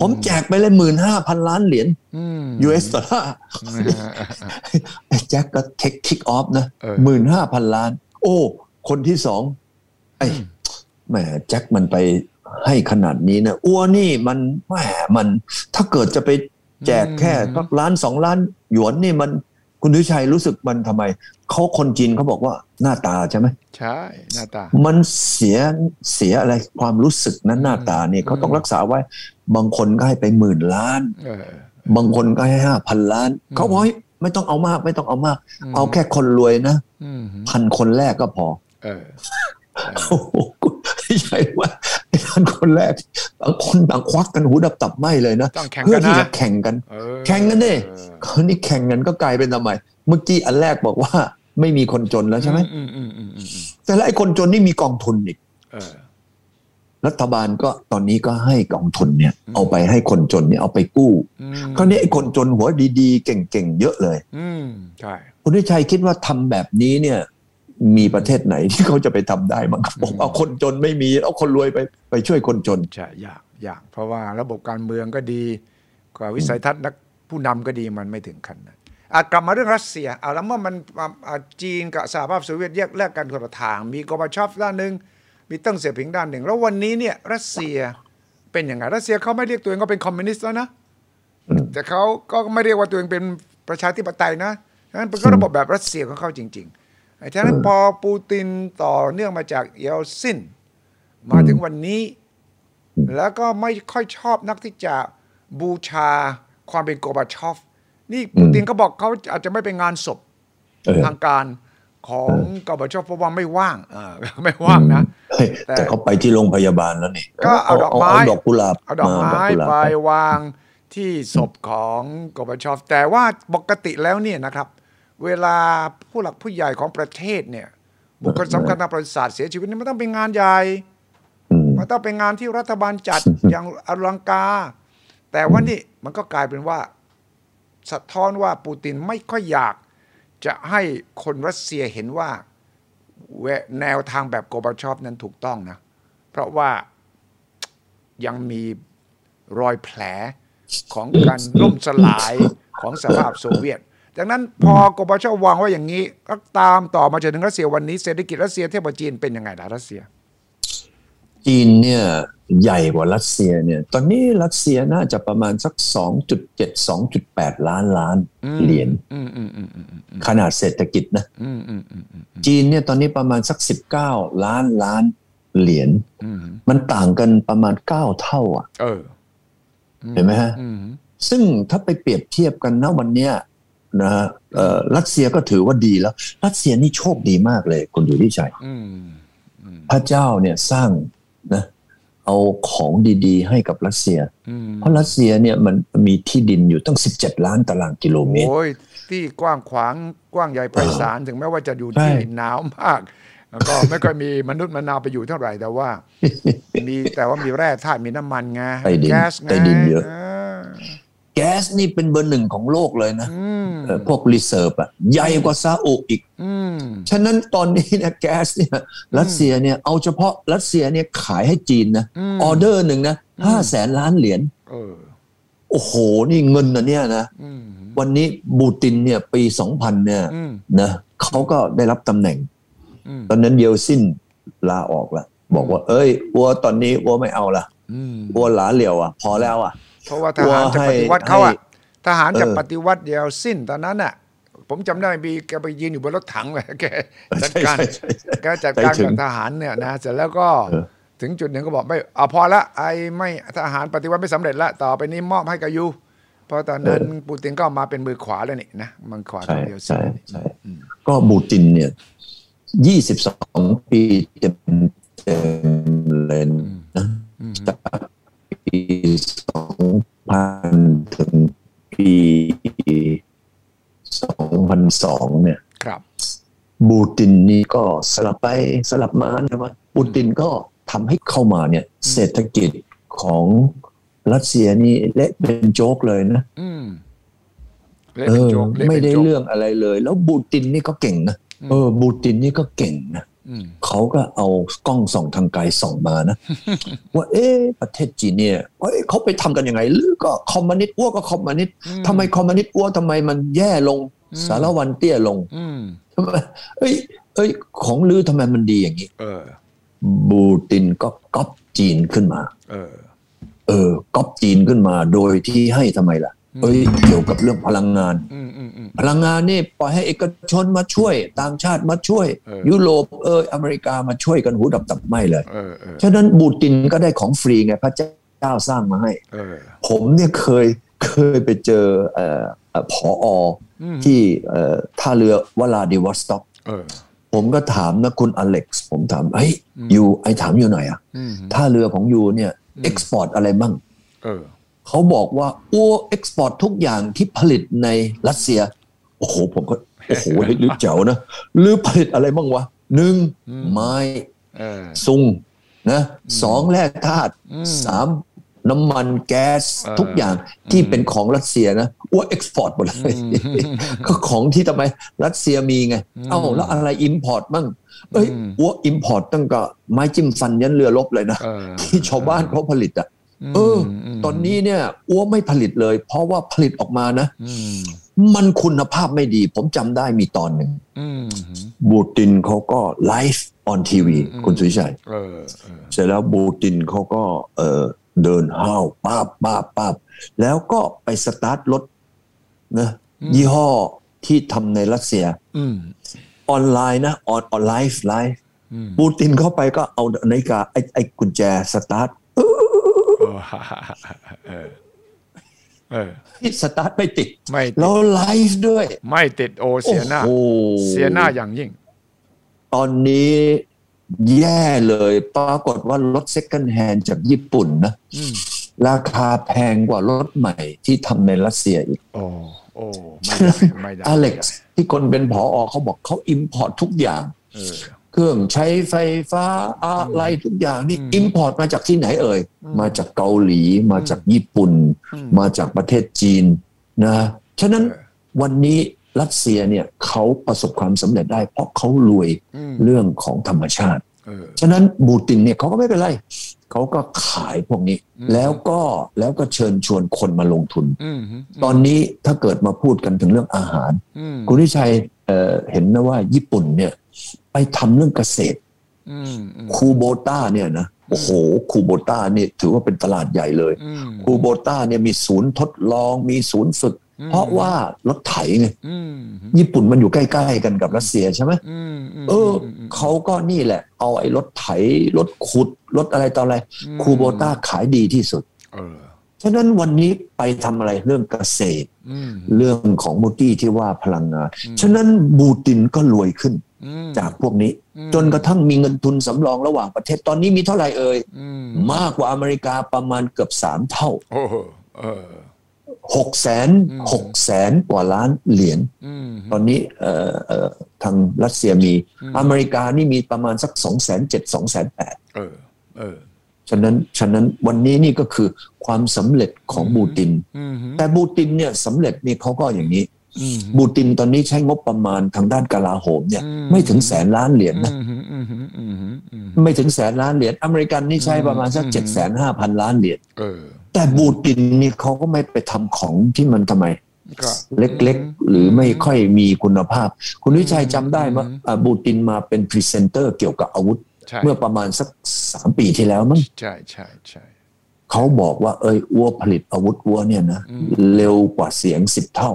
B: ผมแจกไปเลยหมื่นห้าพันล้านเหรียญ
A: อืม
B: US ดอลลาร์ไอ้แจ็คก็เทคคิกออฟนะ
A: เออ
B: หมื่นห้าพันล้าน โอ้ คนที่สองไอ้แหมแจ็คมันไปให้ขนาดนี้นะอ้วนี่มันแหมมัน ถ้าเกิดจะไปแจกแค่สักล้านสองล้าน หยวนนี่มันคุณดุชัยรู้สึกมันทำไม เขาคนจีนเขาบอกว่าหน้าตาใช่ไหม
A: ใช่หน้าตา
B: มันเสียเสียอะไรความรู้สึกนั้นหน้าตาเนี่ย
A: อืม
B: เขาต้องรักษาไว้ บางคนก็ให้ไปหมื่นล้าน
A: เออ
B: บางคนก็ให้ห้าพันล้าน
A: อืม
B: เขาบอกให้ไม่ต้องเอามากไม่ต้องเอามาก
A: ม
B: เอาแค่คนรวยนะ
A: อืม
B: พันคนแรกก็พอ
A: เออ
B: โอ้โหคุณใช่ว่าไอ้พันคนแรกบางคนต่างควักกันหูดับตับไหมเลยนะ
A: ต้องแข่ง
B: เพื่
A: กั
B: อน ที่
A: นะ
B: จะแข่งกัน
A: เออ
B: แข่งกันดิ
A: เออ
B: คราวนี้แข่งกันก็กลายเป็นทำไม เมื่อกี้อันแรกบอกว่าไม่มีคนจนแล้วใช่ไหม
A: อืมอืมอืมอืมอืม
B: แต่ละไอ้คนจนนี่มีกองทุนอีก
A: เออ
B: รัฐบาลก็ตอนนี้ก็ให้กองทุนเนี่ย เอาไปให้คนจนเนี่ยเอาไปกู้
A: อืม
B: คราวนี้ไอ้คนจนหัวดีๆ เก่งๆเยอะเลย
A: อืมใช่
B: คุณวิชัยคิดว่าทำแบบนี้เนี่ย มีประเทศไหนที่เขาจะไปทำได้มั้งครับผมเอาคนจนไม่มีเอาคนรวยไปไปช่วยคนจน
A: ใช่ยากยากเพราะว่าระบบการเมืองก็ดีกว่าวิสัยทัศน์นักผู้นำก็ดีมันไม่ถึงขั้นนั้นอ่ะกลับมาเรื่องรัสเซียเอาแล้วเมื่อมันอ่ะอ่ะจีนกับสหภาพโซเวียตแยกแลกกันคนละทาง มีกอร์บาชอฟด้านหนึ่งมีเติ้งเสี่ยผิงด้านหนึ่ง แล้ววันนี้เนี่ยรัสเซียเป็นยังไงรัสเซียเขาไม่เรียกตัวเองว่าเป็นคอมมิวนิสต์แล้วนะ แต่เขาก็ไม่เรียกว่าตัวเองเป็นประชาธิปไตยนะฉะนั้นเป็นก็ระบบแบบรัสเซียของเขาจริงๆไอ้ฉะนั้นพอปูตินต่อเนื่องมาจากเยลซินมาถึงวันนี้ แล้วก็ไม่ค่อยชอบนักที่จะบูชาความเป็นโกบาชอฟ นี่ปูตินก็บอกเขาอาจจะไม่เป็นงานศพ
B: เออ
A: ทางการของกบาชอฟเพราะว่าไม่ว่างเออ ไม่ว่างนะ
B: เฮ้ย
A: แต่
B: แต่เขาไปที่โรงพยาบาลแล้วนี่
A: ก็เอาดอกไม้
B: เอาดอกกุหลาบ
A: เอาดอก
B: ม
A: ไม้
B: กุหลาบ
A: ไปวางที่ศพของกบชอฟแต่ว่าปกติแล้วเนี่ยนะครับ เวลาผู้หลักผู้ใหญ่ของประเทศเนี่ยบุคคลสำคัญทางประวัติศาสตร์เสียชีวิตเนี่ยมันต้องเป็นงานใหญ่
B: อืม
A: มันต้องเป็นงานที่รัฐบาลจัด อย่างอลังการแต่ว่านี่มันก็กลายเป็นว่า สะท้อนว่าปูตินไม่ค่อยอยาก จะให้คนรัสเซียเห็นว่าแวแนวทางแบบโกบาชอฟนั้นถูกต้องนะ เพราะว่ายังมีรอยแผลของการล่มสลายของสภาพโซเวียต ดังนั้นพอโกบาชอฟวางไว้อย่างนี้ก็ตามต่อมาจนถึงรัสเซียวันนี้เศรษฐกิจรัสเซียเทียบกับจีนเป็นยังไงล่ะรัสเซีย
B: จีนเนี่ยใหญ่กว่ารัสเซียเนี่ย ตอนนี้รัสเซียน่าจะประมาณสัก 2.7 2.8 ล้านล้านเหรียญ
A: อืมอืมอืมอืมอืม
B: ขนาดเศรษฐกิจนะ
A: อืมอืมอืมอืม
B: จีนเนี่ยตอนนี้ประมาณสัก 19 ล้านล้านเหรียญ
A: อืม
B: มันต่างกันประมาณ 9 เท่าอ่ะ
A: เออ
B: เห็นไหมฮะ
A: อืม
B: ซึ่งถ้าไปเปรียบเทียบกันนะวันเนี้ยนะฮะเอ่อรัสเซียก็ถือว่าดีแล้ว รัสเซียนี่โชคดีมากเลยคุณอยู่ที่ชัย
A: อืม
B: พระเจ้าเนี่ยสร้างนะเอาของดีๆ ให้กับรัสเซีย
A: อืม
B: เพราะรัสเซียเนี่ยมันมีที่ดินอยู่ตั้ง 17 ล้านตารางกิโลเมตร
A: โอ้ยที่กว้างขวางกว้างใหญ่ไพ ศาลถึงแม้ว่าจะอยู่
B: ใช่
A: ที่หนาวมาก แล้วก็ไม่ค่อยมีมนุษย์มนาวไปอยู่เท่าไหร่แต่ว่า มีแต่ว่ามีแร่ธาตุมีน้ำมันไง
B: ใต้ดิน
A: แก๊สไง
B: ใต้ดินเยอะ
A: า
B: แก๊สนี่เป็นเบอร์หนึ่งของโลกเลยนะ
A: อืม
B: เอ่อพวกรีเซิร์ฟอะใหญ่กว่าซาอุอีก
A: อืม
B: ฉะนั้นตอนนี้นะแก๊สเนี่ยรัสเซียเนี่ยเอาเฉพาะรัสเซียเนี่ยขายให้จีนนะออเดอร์หนึ่งนะห้าแสนล้านเหรียญ
A: เออ
B: โอ้โห นี่เงินนะเนี่ยนะ
A: อืม
B: วันนี้บูตินเนี่ยปี 2000เนี่ย
A: อืม
B: นะเขาก็ได้รับตำแหน่ง
A: อืม
B: ตอนนั้นเยลซินลาออกละบอกว่า เอ้ยวัวตอนนี้วัวไม่เอาละ
A: อืม
B: วัวหลาเหลี่ยวอ่ะ พอแล้วอ่ะ
A: เพราะว่าทหารจะ
B: ว่าให้
A: ปฏิวัติเขาอะ
B: ให้
A: ทหารจะ
B: เออ
A: ปฏิวัติเดียวสิ้นตอนนั้นอะผมจำได้มีแกไปยืนอยู่บนรถถังเลย แกจัดการ
B: ใช่ใช่ใช่
A: แกจัดการ
B: ไปถึ
A: กับ
B: ง
A: ทหารเนี่ยนะเสร็จแล้วก็
B: เออ
A: ถึงจุดหนึ่งก็บอกไม่เอาพอละไอ้ไม่ทหารปฏิวัติไม่สำเร็จละต่อไปนี้มอบให้กับยูเพราะตอนนั้นปูตินก็มาเป็นมือขวาแล้วนี่นะมันขวา
B: ใช่
A: ทางเดียวสิ้
B: ใช่
A: น
B: ใช่ก็บูตินเนี่ยยี่สิบสองปีเต็มเต็มเลยนะจากปีสองพันถึงปีสองพันสองเนี่ย
A: ครับ
B: บูตินนี่ก็สลับไปสลับมานะว่าบูตินก็ทำให้เข้ามาเนี่ย เศรษฐกิจของรัสเซียนี่เละเป็นโจ๊กเลยนะ
A: อืมเล่น
B: เอ
A: เป็น
B: อ
A: โจกเล่น
B: ไม่
A: เป็น
B: ได้
A: โจก
B: เรื่องอะไรเลย แล้วบูตินนี่ก็เก่งนะเออ บูตินนี่ก็เก่งนะ
A: อืม
B: เขาก็เอากล้องส่องทางไกลส่องมา นะ ว่าเอ๊ะประเทศจีนเนี่ยเอ้ยเขาไปทำกันยังไง หรือก็คอมมิวนิสต์อ้วกก็คอมมิวนิสต์ทำไมคอมมิวนิสต์อ้วกทำไมมันแย่ลงสารวันเตี้ยลง
A: อืม
B: ทำไมเอ้ยเอ้ย ของลือทำไมมันดีอย่างนี้
A: เออ
B: บูตินก็ก๊อปจีนขึ้นมา
A: เออ
B: เออก๊อปจีนขึ้นมาโดยที่ให้ทำไมล่ะ เอ้ยเกี่ยวกับเรื่องพลังงาน
A: อืมอืมอืม
B: พลังงานนี่ปล่อยให้เอกชนมาช่วย ต่างชาติมาช่วย
A: เออ
B: ยุโรปเอออเมริกามาช่วยกันหูดับตับไหมเลย
A: เออเออ
B: ฉะนั้นบูตินก็ได้ของฟรีไงพระเจ้าสร้างมาให้
A: เออ
B: ผมเนี่ยเคยเคยไปเจอเอ่อเอ่อผออ
A: อืม
B: ที่เอ่อท่าเรือวลาดิวอสต็อก
A: เออ
B: ผมก็ถามนะคุณอเล็กซ์ผมถามเฮ้ยยูไอถามยูหน่อยอะ
A: อืม
B: ท่าเรือของยูเนี่ยเอ็กซ์พอร์ตอะไรบ้าง
A: เออ
B: เขาบอกว่าโอ้เอ็กซ์พอร์ตทุกอย่างที่ผลิตในรัสเซีย โอ้โหผมก็ โอ้โหหรือเจ๋วนะหรือผลิตอะไรบ้างวะหนึ่งไม้
A: เออ
B: ซุงนะสองแร่ธาตุ
A: อืม
B: สามน้ำมันแก๊ส
A: เออ
B: ทุกอย่างที่เป็นของรัสเซียนะอ้วเอ็กซ์พอร์ตหมดเลย ก็ของที่ทำไมรัสเซียมีไง
A: อืม
B: เอ้าแล้วอะไรอิมพอร์ตมั่งเอ้ย
A: อืม
B: อ้วอิมพอร์ตตั้งก็ไม้จิ้มฟันยันเรือรบเลยนะ
A: เออ
B: ที่ชาวบ้านเขาผลิตอ่ะ เออ
A: ม
B: ตอนนี้เนี่ยอ้วไม่ผลิตเลย เพราะว่าผลิตออกมานะ
A: อืม
B: มันคุณภาพไม่ดี ผมจำได้มีตอนหนึ่ง
A: อืม
B: บูตินเขาก็ไลฟ์ออนทีวี
A: อืม
B: คุณสุวิชัย
A: เออเออ
B: เสร็จแล้วบูตินเขาก็เออเดินห้าวป้าบป้าบป้าบแล้วก็ไปสตาร์ทรถนะยี่ห้อที่ทำในรัสเซีย
A: อืม
B: ออนไลน์นะออนออนไลฟ์ไลฟ์
A: อืม
B: บูตินเข้าไปก็เอานาฬิกาไอ้ไอ้กุญแจสตาร์ท
A: เออเออเออ
B: ที่สตาร์ทไม่ติด
A: ไม่ติด
B: แล้วไลฟ์ด้วย
A: ไม่ติดโอเสียหน้า
B: โอ้โห
A: เสียหน้าอย่างยิ่ง
B: ตอนนี้แย่เลยปรากฏว่ารถ Second Hand จากญี่ปุ่นนะ
A: อืม
B: ราคาแพงกว่ารถใหม่ที่ทำในรัสเซียอีก
A: โอ้โอ้ไม่ได้ไม่ได้
B: อเล็กซ์ที่คนเป็นผออเขาบอกเขาอิมพอร์ตทุกอย่าง
A: เออ
B: เครื่องใช้ไฟฟ้าอะไรทุกอย่างนี่
A: อืม
B: อิมพอร์ตมาจากที่ไหนเอ่ย มาจากเกาหลี มาจากญี่ปุ่น
A: อืม
B: มาจากประเทศจีนนะฉะนั้นวันนี้รัสเซียเนี่ยเขาประสบความสำเร็จได้เพราะเขารวย
A: อืม
B: เรื่องของธรรมชาติ
A: เออ
B: ฉะนั้นบูตินเนี่ยเขาก็ไม่เป็นไร เขาก็ขายพวกนี้
A: อืม
B: แล้วก็แล้วก็เชิญชวนคนมาลงทุน
A: อืม
B: ตอนนี้ถ้าเกิดมาพูดกันถึงเรื่องอาหาร
A: อืม
B: คุณทิชัยเอ่อเห็นนะว่าญี่ปุ่นเนี่ยไปทำเรื่องเกษตร
A: อืมอืม
B: คูโบต้าเนี่ยนะโอ้โหคูโบต้าเนี่ยถือว่าเป็นตลาดใหญ่เลย
A: อืม
B: คูโบต้าเนี่ยมีศูนย์ทดลองมีศูนย์ฝึก
A: อืม
B: เพราะว่ารถไถไง
A: อืม
B: ญี่ปุ่นมันอยู่ใกล้ๆกันกับรัสเซียใช่ไหม
A: อืมม
B: เออเขาก็นี่แหละ เอาไอ้รถไถ รถขุด รถอะไรต่ออะไรคูโบต้าขายดีที่สุด
A: เออ
B: ฉะนั้นวันนี้ไปทำอะไรเรื่องเกษตร
A: อืม
B: เรื่องของมูตี้ที่ว่าพลังงาน
A: อืม
B: ฉะนั้นบูตินก็รวยขึ้น
A: อืม
B: จากพวกนี้
A: อืม
B: จนกระทั่งมีเงินทุนสำรองระหว่างประเทศตอนนี้มีเท่าไหร่เอ่ย
A: อืม
B: มากกว่าอเมริกาประมาณเกือบ 3 เท่า
A: โอ้เออ
B: 6 0แสน
A: อืม
B: 6แสนกว่าล้านเหรียญ
A: อืม
B: ตอนนี้เอ่อเอ่อทางรัสเซียมี
A: อืม
B: อเมริกานี่มีประมาณสัก 2 7 0 0 0 0 0 8
A: เออ เออ
B: ฉะนั้น ฉะนั้นวันนี้นี่ก็คือความสำเร็จของบูติน
A: อืม
B: แต่บูตินเนี่ยสำเร็จนี่เขาก็อย่างนี้
A: อืม
B: บูตินตอนนี้ใช้งบประมาณทางด้านกลาโหมเนี่ย
A: อืม
B: ไม่ถึงแสนล้านเหรียญนะ
A: อืมอืมอืมอืม
B: ไม่ถึงแสนล้านเหรียญอเมริกันนี่ใช้ประมาณสักเจ็ดแสนห้าพันล้านเหรียญ
A: เออ
B: แต่บูตินนี่เขาก็ไม่ไปทำของที่มันทำไม
A: ก็
B: เล็กๆ หรือไม่ค่อยมีคุณภาพ คุณวิชัยจำได้ไหม
A: อืม
B: อ่าบูตินมาเป็นพรีเซนเตอร์เกี่ยวกับอาวุธ
A: ใช่
B: เมื่อประมาณสักสามปีที่แล้วมั้ง
A: ใช่ใช่ใช่
B: เขาบอกว่าเอ้ยอัวผลิตอาวุธอัวเนี่ยนะเร็วกว่าเสียงสิบเท่า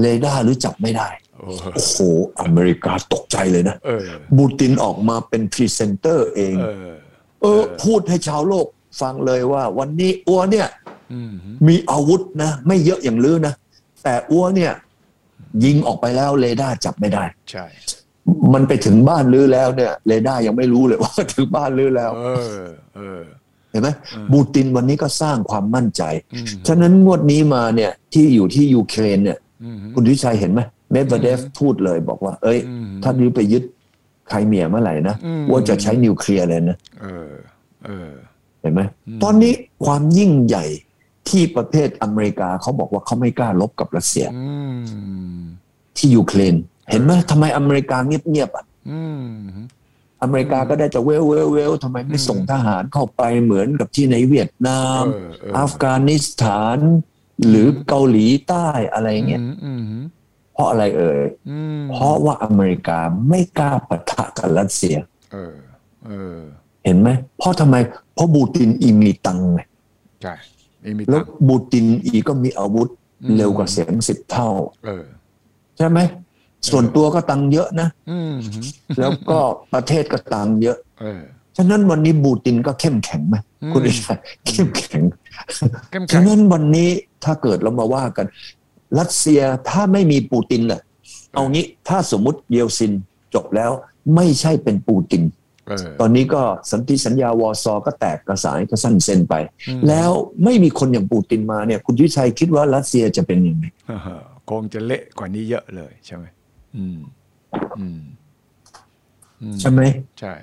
B: เรดาร์หรือจับไม่ได้
A: โอ้
B: โอ้โห อเมริกาตกใจเลยนะ
A: เออ
B: บูตินออกมาเป็นพรีเซนเตอร์เอง
A: เออ
B: เออ พูดให้ชาวโลกฟังเลยว่า วันนี้อัวเนี่ย
A: อืม
B: มีอาวุธนะ ไม่เยอะอย่างลือนะ แต่อัวเนี่ย ยิงออกไปแล้วเรดาร์จับไม่ได้
A: ใช่
B: มันไปถึงบ้านลือแล้วเนี่ยเรดาร์ยังไม่รู้เลย ว่า ถึงบ้านลือแล้ว
A: เออ เออ
B: เห็นไหมบูตินวันนี้ก็สร้างความมั่นใจ
A: อืม
B: ฉะนั้นงวดนี้มาเนี่ยที่อยู่ที่ยูเครนเนี่ย
A: อืม
B: คุณวิชัยเห็นไหมเมดเวเดฟพูดเลยบอกว่า เอ้ย
A: อืม
B: ถ้านี้ไปยึดไครเมียเมื่อไหร่นะ
A: อืม
B: ว่าจะใช้นิวเคลียร์เลยนะ
A: เออ เออ
B: เห็นไหม
A: อืม
B: ตอนนี้ความยิ่งใหญ่ที่ประเทศอเมริกาเขาบอกว่าเขาไม่กล้าลบกับรัสเซีย
A: อืม
B: ที่ยูเครน เห็นไหมทำไมอเมริกาเงียบๆอ่ะ
A: อืม
B: อเมริกาก็ได้แต่เวลเวลเวลทำไมไม่ส่งทหารเข้าไปเหมือนกับที่ในเวียดนาม
A: เออเอออั
B: อัฟกานิสถาน หรือเกาหลีใต้อะไรเงี้ย
A: อืมอืม
B: เพราะอะไรเอ่ย
A: อืม
B: เพราะว่าอเมริกาไม่กล้าปะทะกับรัสเซีย
A: เออ เออ
B: เห็นไหมเพราะทำไม เพราะบูตินอีมีตังค์ไง
A: ใช่ไม่มี
B: แล้
A: ตัว งค์
B: บูตินอีก็มีอาวุธ
A: อืม
B: เร็วกว่าเสียงสิบเท่า
A: เออ
B: ใช่ไหม ส่วนตัวก็ตังค์เยอะนะ
A: อืม
B: แล้วก็ประเทศก็ตังค์เยอะ
A: เออ
B: ฉะนั้นวันนี้บูตินก็เข้มแข็งไหม
A: อืม
B: คุณอิชัยเข้มแข็ง
A: เข้มแข็
B: ฉะ
A: ง
B: นั้นวันนี้ถ้าเกิดเรามาว่ากัน รัสเซียถ้าไม่มีปูตินน่ะเอางี้ถ้าสมมติเยลซินจบแล้วไม่ใช่เป็นปูติน
A: เออ
B: ตอนนี้ก็สันติสัญญาวอร์ซอก็แตกกระสายก็สั้นเซนไป
A: อืม
B: แล้วไม่มีคนอย่างปูตินมาเนี่ย คุณยุทธชัยคิดว่ารัสเซียจะเป็นยังไง
A: คงจะเละกว่านี้เยอะเลยใช่ไหม อืม อืม อืม
B: ใช่ไหม
A: ใช่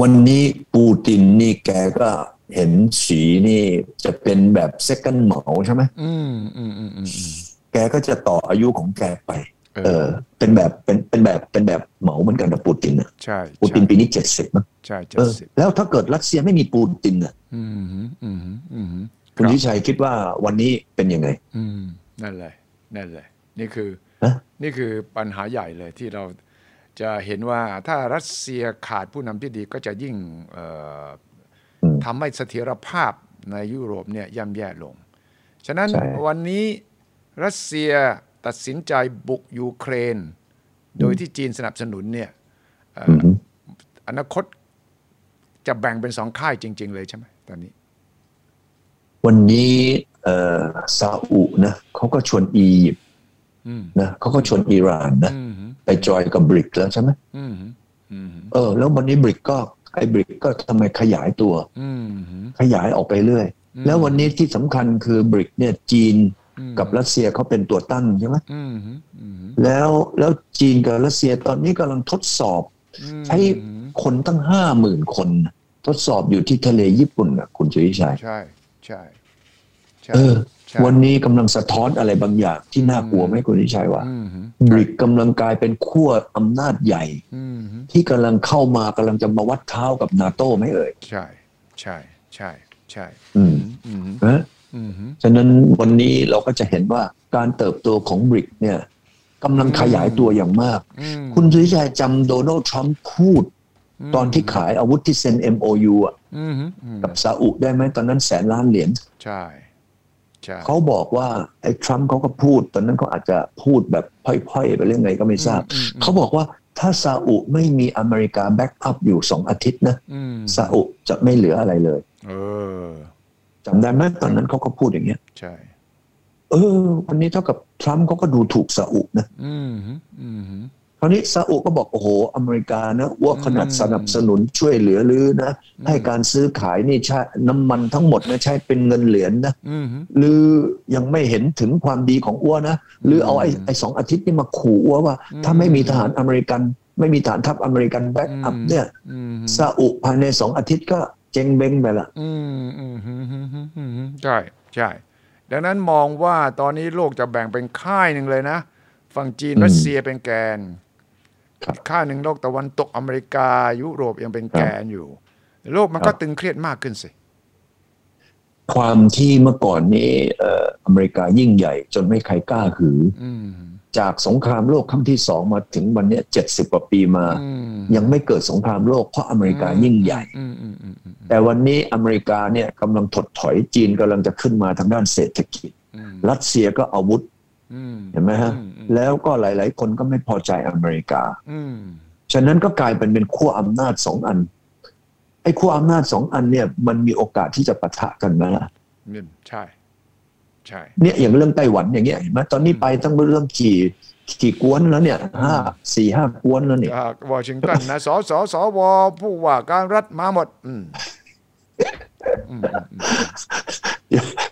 B: วันนี้ปูตินนี่แกก็เห็นสีนี่จะเป็นแบบเซกันเหมาใช่ไหม
A: อืมอืมอืมอืมอืม
B: แกก็จะต่ออายุของแกไป
A: เออ
B: เออ เป็นแบบเป็นเป็นแบบเป็นแบบเหมาเหมือนกันนะปูตินนะ
A: ใช่
B: ปูติ
A: ใช่
B: นปีนี้เจ็ดสิบนะ
A: ใช่เจ็
B: เอ
A: ด
B: อ
A: สิบ
B: แล้วถ้าเกิดรัสเซียไม่มีปูตินนะ
A: อืมอืมอืมอืมค
B: คุณ
A: รับ
B: วิชัยคิดว่าวันนี้เป็นยังไง
A: อืมนั่นเลยนั่นเลยนี่คือ
B: ฮะ
A: นี่คือปัญหาใหญ่เลยที่เราจะเห็นว่าถ้ารัสเซียขาดผู้นำที่ดีก็จะยิ่งเอ่ออ
B: ม
A: ทำให้เสถียรภาพในยุโรปเนี่ยย่ำแย่ลง ฉะนั้น
B: ใช่
A: วันนี้รัสเซียตัดสินใจบุกยูเครน โดยที่จีนสนับสนุนเนี่ยเอ่อออนาคตจะแบ่งเป็นสองค่ายจริง ๆ เลยใช่ไหมตอนนี้
B: วันนี้เออซาอุนะเขาก็ชวนอียิปต์
A: อืม
B: นะเขาก็ชวนอิหร่านนะ
A: อืมหืม
B: ไปจอยกับบริกแล้วใช่ไหม
A: อืมหืมอืมหืม
B: เออแล้ววันนี้บริกก็ไอ้บริกก็ทำไมขยายตัว
A: อืมหืม
B: ขยายออกไปเรื่อย
A: อืม
B: แล้ววันนี้ที่สำคัญคือบริกเนี่ยจีน
A: อืม
B: กับรัสเซียเขาเป็นตัวตั้งใช่ไหม
A: อืมหืมอืมหืม
B: แล้วแล้วจีนกับรัสเซียตอนนี้กำลังทดสอบ ใช้
A: อืมหืม
B: คนตั้งห้าหมื่นคน ทดสอบอยู่ที่ทะเลญี่ปุ่นนะคุณจุวิชัย
A: ใช่ใช่ใช่
B: เออ
A: ใช่
B: วันนี้กำลังสะท้อนอะไรบางอย่างที่น่ากลัวไหมคุณวิชัยว่า
A: อืมฮึ
B: บริกกำลังกลายเป็นขั้วอำนาจใหญ่
A: อืมฮึ
B: ที่กำลังเข้ามากำลังจะมาวัดเท้ากับนาโต้ไหมเอ่ย
A: ใช่ใช่ใช่ใช่
B: อืม
A: อืมฮึ
B: นะ
A: อืมฮึ
B: ฉะนั้นวันนี้เราก็จะเห็นว่าการเติบโตของบริกเนี่ยกำลังขยายตัวอย่างมาก
A: อืม
B: คุณสุริชัยจำโดนัลด์ทรัมป์พูด ตอนที่ขายอาวุธที่เซ็น MOU อะ
A: อืมฮึอืม
B: กับซาอุได้ไหมตอนนั้นแสนล้านเหรียญ
A: ใช่ใช่
B: เขาบอกว่าไอ้ทรัมป์เขาก็พูด ตอนนั้นเขาอาจจะพูดแบบพ่อยๆ ไปเรื่องไงก็ไม่ทราบ
A: อืม
B: เขาบอกว่าถ้าซาอุไม่มีอเมริกาแบ็กอัพอยู่สองอาทิตย์นะ
A: อืม
B: ซาอุจะไม่เหลืออะไรเลย
A: เออ
B: จำได้ไหมตอนนั้นเขาก็พูดอย่างเงี้ย
A: ใช่
B: เออวันนี้เท่ากับทรัมป์เขาก็ดูถูกซาอุนะ
A: อืมฮึอืมฮึ
B: คราวนี้ซาอุก็บอก โอ้โห อเมริกานะอ้ว่าขนาด
A: อืม
B: สนับสนุนช่วยเหลือลือนะ
A: อืม
B: ให้การซื้อขายนี่ใช้น้ำมันทั้งหมดนะใช้เป็นเงินเหรียญนนะ
A: อืมฮึ
B: หรือยังไม่เห็นถึงความดีของอ้วนะ หรือเอาไอ้ไอ้สองอาทิตย์นี่มาขู่อ้วว่า ถ้าไม่มีทหารอเมริกัน ไม่มีฐานทัพอเมริกันแบ็กอัพเนี่ย
A: อืมฮึ
B: ซาอุภายในสองอาทิตย์ก็เจงเบงไปละ
A: อืมอืมฮึอืมฮึอืมฮึใช่ใช่ดังนั้นมองว่าตอนนี้โลกจะแบ่งเป็นค่ายหนึ่งเลยนะ ฝั่งจีนรัสเซียเป็นแกน
B: ครับ
A: ค่าหนึ่งโลกตะวันตกอเมริกา ยุโรปยังเป็นแกนอยู่ โลกมัน
B: ครั
A: ก็
B: บ
A: ตึงเครียดมากขึ้นสิ
B: ความที่เมื่อก่อนนี้เอ่ออเมริกายิ่งใหญ่ จนไม่ใครกล้าหือ
A: อืม
B: จากสงครามโลกครั้งที่สองมาถึงวันเนี้เจ็ดสิบกว่าปีมา
A: อืม
B: ยังไม่เกิดสงครามโลกเพราะอเมริกายิ่งใหญ่
A: อืมอืมอืมอืมอืม
B: แต่วันนี้อเมริกาเนี่ยกำลังถดถอยจีนกำลังจะขึ้นมาทางด้านเศรษฐกิจ
A: อืม
B: รัสเซียก็อาวุธ
A: อืม
B: เห็นไหมฮะ แล้วก็หลาย ๆ คนก็ไม่พอใจอเมริกา
A: อืม
B: ฉะนั้นก็กลายเป็นเป็นขั้วอำนาจสองอันไอ้ขั้วอำนาจสองอันเนี่ยมันมีโอกาสที่จะปะทะกันนะ
A: เนี่ยใช่ ใช่
B: เนี่ยอย่างเรื่องไต้หวันอย่างเงี้ยเห็นไหมตอนนี้ไปตั้งเริ่มกี่กี่กวนแล้วเนี่ยห้าสี่ห้ากวนแล้วเนี่ย
A: จากวอชิงตันนะสอสอสอวอผู้ว่าการรัฐมาหมด อืมอืม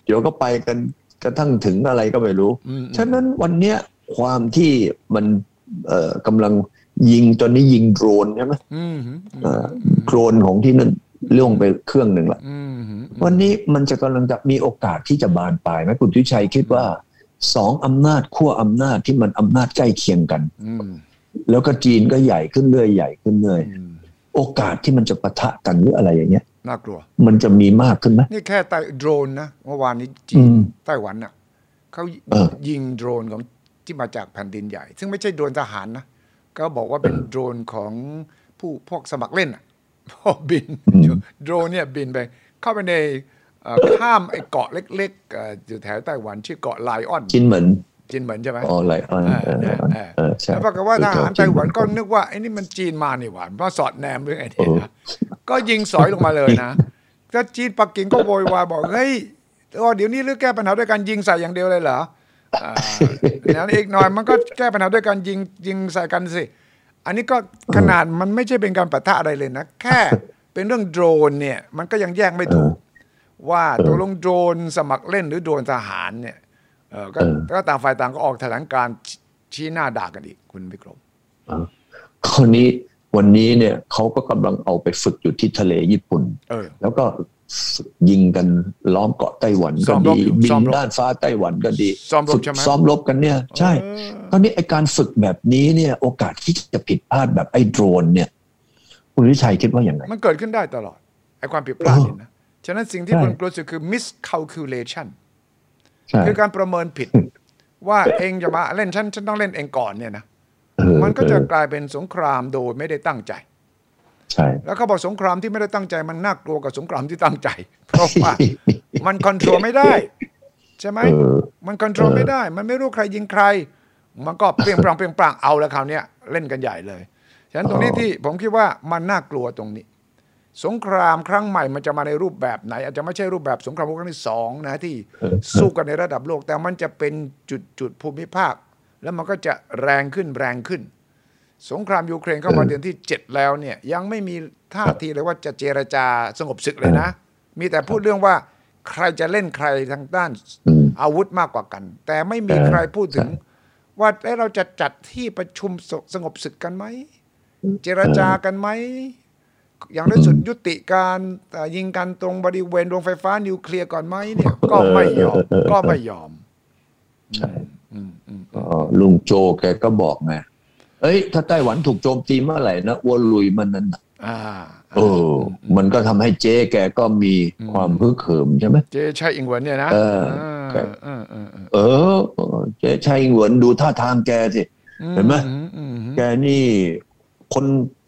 B: เดี๋ยวก็ไปกันกระทั่งถึงอะไรก็ไม่รู้
A: อืม
B: ฉะนั้นวันเนี้ยความที่มันเอ่อกำลังยิงตอนนี้ยิงโดรนใช่ไหม
A: อืมอืม
B: เอ่อโดรนของที่นั่นล่วงไปเครื่องหนึ่งละ
A: อืมอืม
B: วันนี้มันจะกำลังจะมีโอกาสที่จะบานปลายไหมคุณทุชัยคิดว่าสองอำนาจขั้วอำนาจที่มันอำนาจใกล้เคียงกัน
A: อืม
B: แล้วก็จีนก็ใหญ่ขึ้นเรื่อยใหญ่ขึ้นเรื่อย
A: อืม
B: โอกาสที่มันจะปะทะกันหรืออะไรอย่างเงี้ย
A: น่ากลัว
B: มันจะมีมากขึ้นไหม
A: นี่แค่ไต้โดรนนะเมื่อวานนี้จี
B: อื
A: น
B: ม
A: ไต้หวันน่ะเขา
B: เออ
A: ยิงโดรนของที่มาจากแผ่นดินใหญ่ ซึ่งไม่ใช่โดรนทหารนะก็บอกว่าเป็นโดรนของผู้พวกสมัครเล่นอ่ะ พอบินโดรนเนี่ยบินไป เข้าไปในเอ่อข้ามไอ้เกาะเล็กๆเอ่ออยู่แถวไต้หวันชื่อเกาะไลออน
B: จีนเหมือน
A: จินเหมือนใช่ไหม
B: อ๋ออะไรอ๋อเออเออเออใช่
A: แล้วปรากฏว่าทหารไต้หวันก็นึกว่าไอ้นี่มันจีนมานี่หว่ามาสอดแนมหรือไงเนี่ยนะก็ยิงสอยลงมาเลย นะแล้วจีนปักกิ่งก็โวยวายบอกเฮ้ยอ๋อเดี๋ยวนี้เลือกแก้ปัญหาด้วยการยิงใส่อย่างเดียวเลยเหรออ่าแล้วอีกหน่อยมันก็แก้ปัญหาด้วยการยิงยิงใส่กันสิ อันนี้ก็ขนาดมันไม่ใช่เป็นการปะทะอะไรเลยนะ แค่เป็นเรื่องโดรนเนี่ยมันก็ยังแยกไม่ถูก ว่าตกลงโดรนสมัครเล่นหรือโดรนทหารเนี่ยเออก็
B: เออ
A: ก็ต่างฝ่ายต่างก็ออกแถลงการณ์ชี้ชี้หน้าด่ากันอีกคุณวิกรม
B: คราวนี้วันนี้เนี่ยเขาก็กำลังเอาไปฝึกอยู่ที่ทะเลญี่ปุ่น
A: เออ
B: แล้วก็ฝึกยิงกันล้อมเกาะไต้หวัน
A: ซ้อมร
B: ก็
A: บ
B: ดี
A: อยู่
B: บิ
A: ซ้อม
B: น
A: รบ
B: ด้านฟ้าไต้หวันก็ดี
A: ซ้อมรบ
B: ฝึก
A: ใช่ไหม
B: ซ้อมรบกันเนี่ย ใช่ ตอนนี้ไอการฝึกแบบนี้เนี่ยโอกาสที่จะผิดพลาดแบบไอโดรนเนี่ย คุณวิชัยคิดว่าอย่างไร
A: มันเกิดขึ้นได้ตลอดไอ้ความผิดพลาด
B: เออ
A: เนี่ยนะ ฉะนั้นสิ่งที่
B: ใช่
A: คนกลัวสุดคือ miscalculation
B: ใช่
A: คือการประเมินผิด ว่าเองจะมาเล่นฉันฉันต้องเล่นเองก่อนเนี่ยนะ
B: เออ
A: มันก็จะ
B: เออก
A: ลายเป็นสงครามโดยไม่ได้ตั้งใจ
B: ใช่
A: แล้วเขาบอกสงครามที่ไม่ได้ตั้งใจมันน่ากลัวกว่าสงครามที่ตั้งใจ เพราะ ว่ามันคอนโทรลไม่ได้ ใช่ไหม
B: เออ
A: มันคอนโทรลไม่ได้ มันไม่รู้ใครยิงใคร มันก็เปรียงปรางเปรียงปรางเอาแล้วคราวเนี้ยเล่นกันใหญ่เลย ฉะนั้นตรงนี้
B: อ๋อ
A: ที่ผมคิดว่ามันน่ากลัวตรงนี้ สงครามครั้งใหม่มันจะมาในรูปแบบไหน อาจจะไม่ใช่รูปแบบสงครามโลกครั้งที่สองนะที่สู้กันในระดับโลก แต่มันจะเป็นจุดจุดๆภูมิภาค แล้วมันก็จะแรงขึ้นแรงขึ้น สงครามยูเครนเข้ามาเดือนที่ 7 แล้วเนี่ยยังไม่มีท่าทีเลยว่าจะเจรจาสงบศึกเลยนะ มีแต่พูดเรื่องว่าใครจะเล่นใครทางด้าน
B: อืม
A: อาวุธมากกว่ากัน แต่ไม่มี
B: เออ
A: ใครพูดถึง ว่าเอ๊ะเราจะจัดที่ประชุมสสงบศึกกันไหม เจรจากันไหม อย่างน้อยสุดยุติการเอ่อยิงกันตรงบริเวณโรงไฟฟ้านิวเคลียร์ก่อนไหมเนี่ยก็ไม่ยอมก็ไม่ยอม
B: ก็ลุงโจแกก็บอกไงเอ้ย ถ้าไต้หวันถูกโจมตีเมื่อไหร่นะอ้วนลุยมันนั่นน่ะ
A: อ่า
B: เออ มันก็ทำให้เจ๊แกก็มีความฮึกเหิมใช่ไหม
A: เจใช่อิงเหวนเนี่ยนะ
B: เออ
A: เออเออเออ
B: เออ เจ๊ชายอิงเหวินดูท่าทางแกสิ เห็นไหม
A: อือืม
B: แกนี่ คน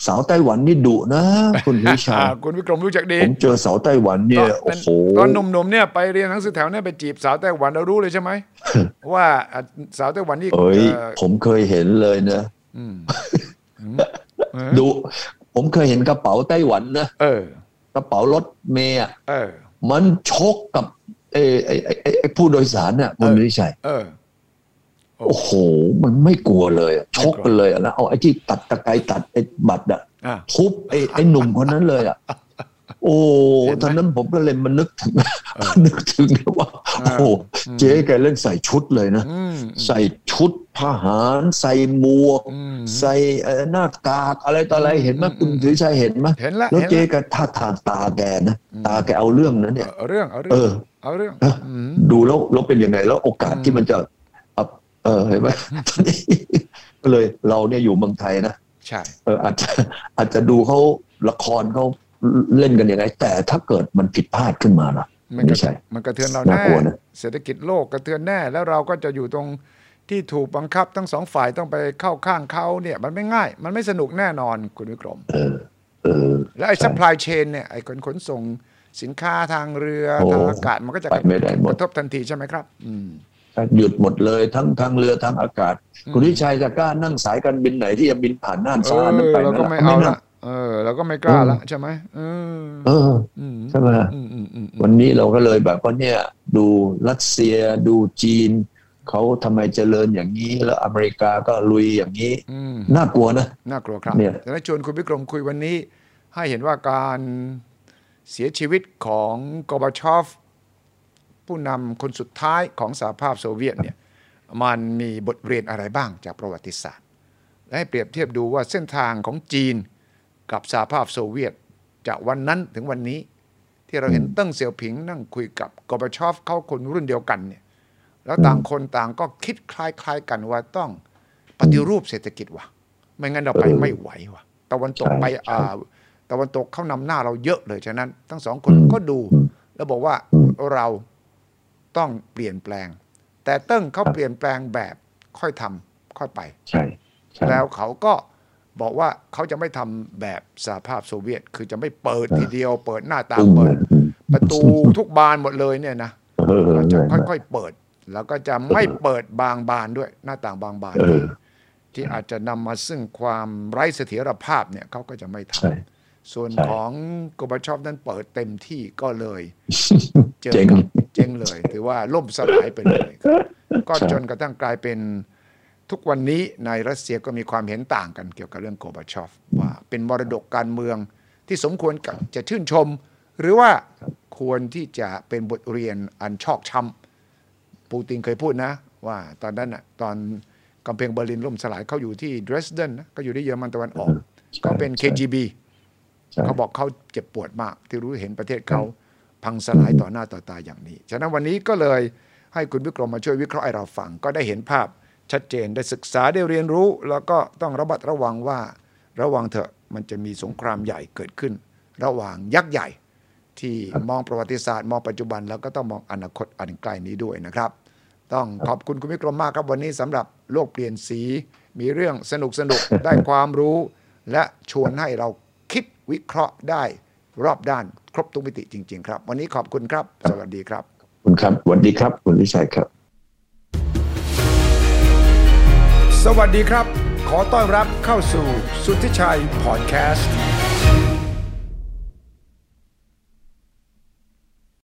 B: สาวไต้หวันนี่ดุ นะ คุณพิชา
A: อ่าคุณวิกรมรู้จักดี
B: ผมเจอสาวไต้หวันเนี่ย
A: ต
B: โอ้
A: อน
B: โห
A: ตอนหนุ่มๆเนี่ยไปเรียนหนังสือแถวเนี่ยไปจีบสาวไต้หวันเรารู้เลย ใช่ไหม ว่าอ่ะสาวไต้หวันนี่
B: เอ้ย
A: เอ่อ
B: ผมเคยเห็นเลยนะ
A: อืม
B: ดุผมเคยเห็นกระเป๋าไต้หวันนะ
A: เออ
B: กระเป๋ารถเมย์อะ
A: เออ
B: มันชกกับเออไอไอ้ไอ้ไอ้ผู้โดยสารน่ะมันไม่ใช่
A: เออ
B: โอ้โห มันไม่กลัวเลยอะชกกันเลยอะแล้วเอาไอ้ที่ตัดตะไคร้ตัดไอ้บัตรอะ
A: อ่ะ
B: ทุบไอ้ไอ้หนุ่มคนนั้นเลยอะโอ้
A: เห็นไหม
B: ตอนนั้นผมก็เลยมันนึกถึง นึกถึงเลยว่าโอ้โหเจ๊แกเล่นใส่ชุดเลยนะ
A: อืม
B: ใส่ชุดทหาร ใส่หมวก
A: อืม
B: ใส่เอ่อหน้ากากอะไรต่ออะไรเห็นไหมคุณถือชัยเห็นไหม
A: เห็นละ
B: แล้
A: เห็น
B: ว
A: ละ
B: เจ๊แกท่าทางตาแกนะตาแกเอาเรื่องนะเนี่ย
A: เอาเรื่อง เอาเรื่
B: เอ
A: อง
B: อ
A: เอาเรื่อง อืม
B: ดูแล้วแล้วเป็นยังไง แล้วโอกาสที่มันจะเอ่อเออเห็นไหม ตอนนี้ก็เลยเราเนี่ยอยู่เมืองไทยนะ
A: ใช่
B: เอออาจจะ อาจจะดูเขาละครเขาเล่นกันยังไง แต่ถ้าเกิดมันผิดพลาดขึ้นมาล่ะ
A: มันก
B: ไม่
A: ระ
B: ใช่
A: มันกระเทือนเรา
B: น่า
A: แน่
B: กลัวนะ
A: เศรษฐกิจโลกกระเทือนแน่ แล้วเราก็จะอยู่ตรงที่ถูกบังคับทั้งสองฝ่ายต้องไปเข้าข้างเขาเนี่ย มันไม่ง่าย มันไม่สนุกแน่นอนคุณวิกรม
B: เออ เออ
A: แล้วไอ้
B: ใช่
A: supply chain เนี่ย ไอ้ขนขนส่งสินค้าทางเรือ
B: โอ้
A: ทางอากาศ มันก็จะ
B: ไปไม่ได้หมด
A: กระทบทันทีใช่ไหมครับ อืม
B: ถ้าหยุดหมดเลยทั้งทางเรือทางอากาศ คุณวิชัยจะกล้านั่งสายการบินไหนที่จะบินผ่านน่าน
A: เอ
B: ฟ้า
A: อ
B: นั้นไป
A: เรา
B: ไหม
A: ก็ไม่
B: ล่ะ
A: เอา
B: นั่
A: ละ
B: ง
A: เออ เราก็ไม่กล้าละใช่ไหมเออ
B: เออ
A: อืม
B: ใช่ไหมล่ะ
A: อืมอืมอืมอืม
B: วันนี้เราก็เลยแบบว่าเนี่ยดูรัสเซียดูจีน เขาทำไมเจริญอย่างนี้ แล้วอเมริกาก็ลุยอย่างนี้
A: อืม
B: น่ากลัวนะ
A: น่ากลัวครับ
B: เนี่ย
A: ดังนั้นชวนคุณวิกรมคุยวันนี้ ให้เห็นว่าการเสียชีวิตของกอบาชอฟ ผู้นำคนสุดท้ายของสหภาพโซเวียตเนี่ยมันมีบทเรียนอะไรบ้างจากประวัติศาสตร์ และให้เปรียบเทียบดูว่าเส้นทางของจีนกับสหภาพโซเวียต จากวันนั้นถึงวันนี้ ที่เราเห็นเติ้งเสี่ยวผิงนั่งคุยกับกอบาชอฟเขาคนรุ่นเดียวกันเนี่ยแล้วต่างคนต่างก็คิดคล้ายๆกันว่าต้องปฏิรูปเศรษฐกิจว่ะ ไม่งั้นเราไป
B: เออ
A: ไม่ไหวว่ะตะวันตก
B: ใช่
A: ไป
B: ใช่
A: อ่าตะวันตกเข้านำหน้าเราเยอะเลยฉะนั้น ทั้งสองคน
B: อืม
A: ก็ดู
B: อืม
A: แล้วบอกว่า
B: อืม
A: เราต้องเปลี่ยนแปลง แต่เติ้งเขา
B: ครับ
A: เปลี่ยนแปลงแบบค่อยทำค่อยไป
B: ใช่ใช่
A: แล้วเขาก็บอกว่าเขาจะไม่ทำแบบสหภาพโซเวียต คือจะไม่เปิดทีเดียว เปิดหน้าต่าง
B: อึ้ง
A: เปิ
B: เล
A: ด
B: ยอืม
A: ประตูทุกบานหมดเลยเนี่ยนะ
B: เออ
A: เราจะ
B: เออ
A: ค่อยๆเปิด แล้วก็จะไม่เปิดบางบานด้วยหน้าต่างบางบาน
B: เออ
A: ที่อาจจะนำมาซึ่งความไร้เสถียรภาพเนี่ยเขาก็จะไม่ท
B: ใช่
A: ำส่วนของกบฏชอบนั้นเปิดเต็มที่ก็เลยเจอ
B: เจ๋ง
A: กับเจ๊งเลย ถือว่าล่มสลายไปเลย ก็
B: ใช่
A: จนกระทั่งกลายเป็นทุกวันนี้ในรัสเซียก็มีความเห็นต่างกันเกี่ยวกับเรื่องโกบาชอฟ ว่าเป็นมรดกการเมืองที่สมควรกับจะชื่นชม หรือว่าควรที่จะเป็นบทเรียนอันชอกช้ำปูตินเคยพูดนะ ว่าตอนนั้นน่ะตอน กำแพงเบอร์ลินล่มสลายเขาอยู่ที่ดresเดนนะก็อยู่ที่เยอรมันตะวันออกเขาเป็น KGB
B: ใช่
A: เขาบอกเขาเจ็บปวดมาก ที่รู้เห็นประเทศเขาพังสลายต่อหน้าต่อตาอย่างนี้ ฉะนั้นวันนี้ก็เลยให้คุณวิกรมมาช่วยวิเคราะห์ให้เราฟัง ก็ได้เห็นภาพชัดเจนได้ศึกษาได้เรียนรู้ แล้วก็ต้องระมัดระวังว่า ระวังเถอะมันจะมีสงครามใหญ่เกิดขึ้น ระหว่างยักษ์ใหญ่ ที่มองประวัติศาสตร์มองปัจจุบันแล้วก็ต้องมองอนาคตอันไกลนี้ด้วยนะครับ ต้องขอบคุณคุณวิกรมมากครับวันนี้สำหรับโลกเปลี่ยนสี มีเรื่องสนุกสนุก ได้ความรู้ และชวนให้เราคิดวิเคราะห์ได้รอบด้านครบทุกมิติจริง ๆ ครับ วันนี้ขอบคุณครับ สวัสดีครับ
B: ขอบคุณครับสวัสดีครับ คุณวิชัยครับ
A: สวัสดีครับ ขอต้อนรับเข้าสู่สุทธิชัยพอดแคสต์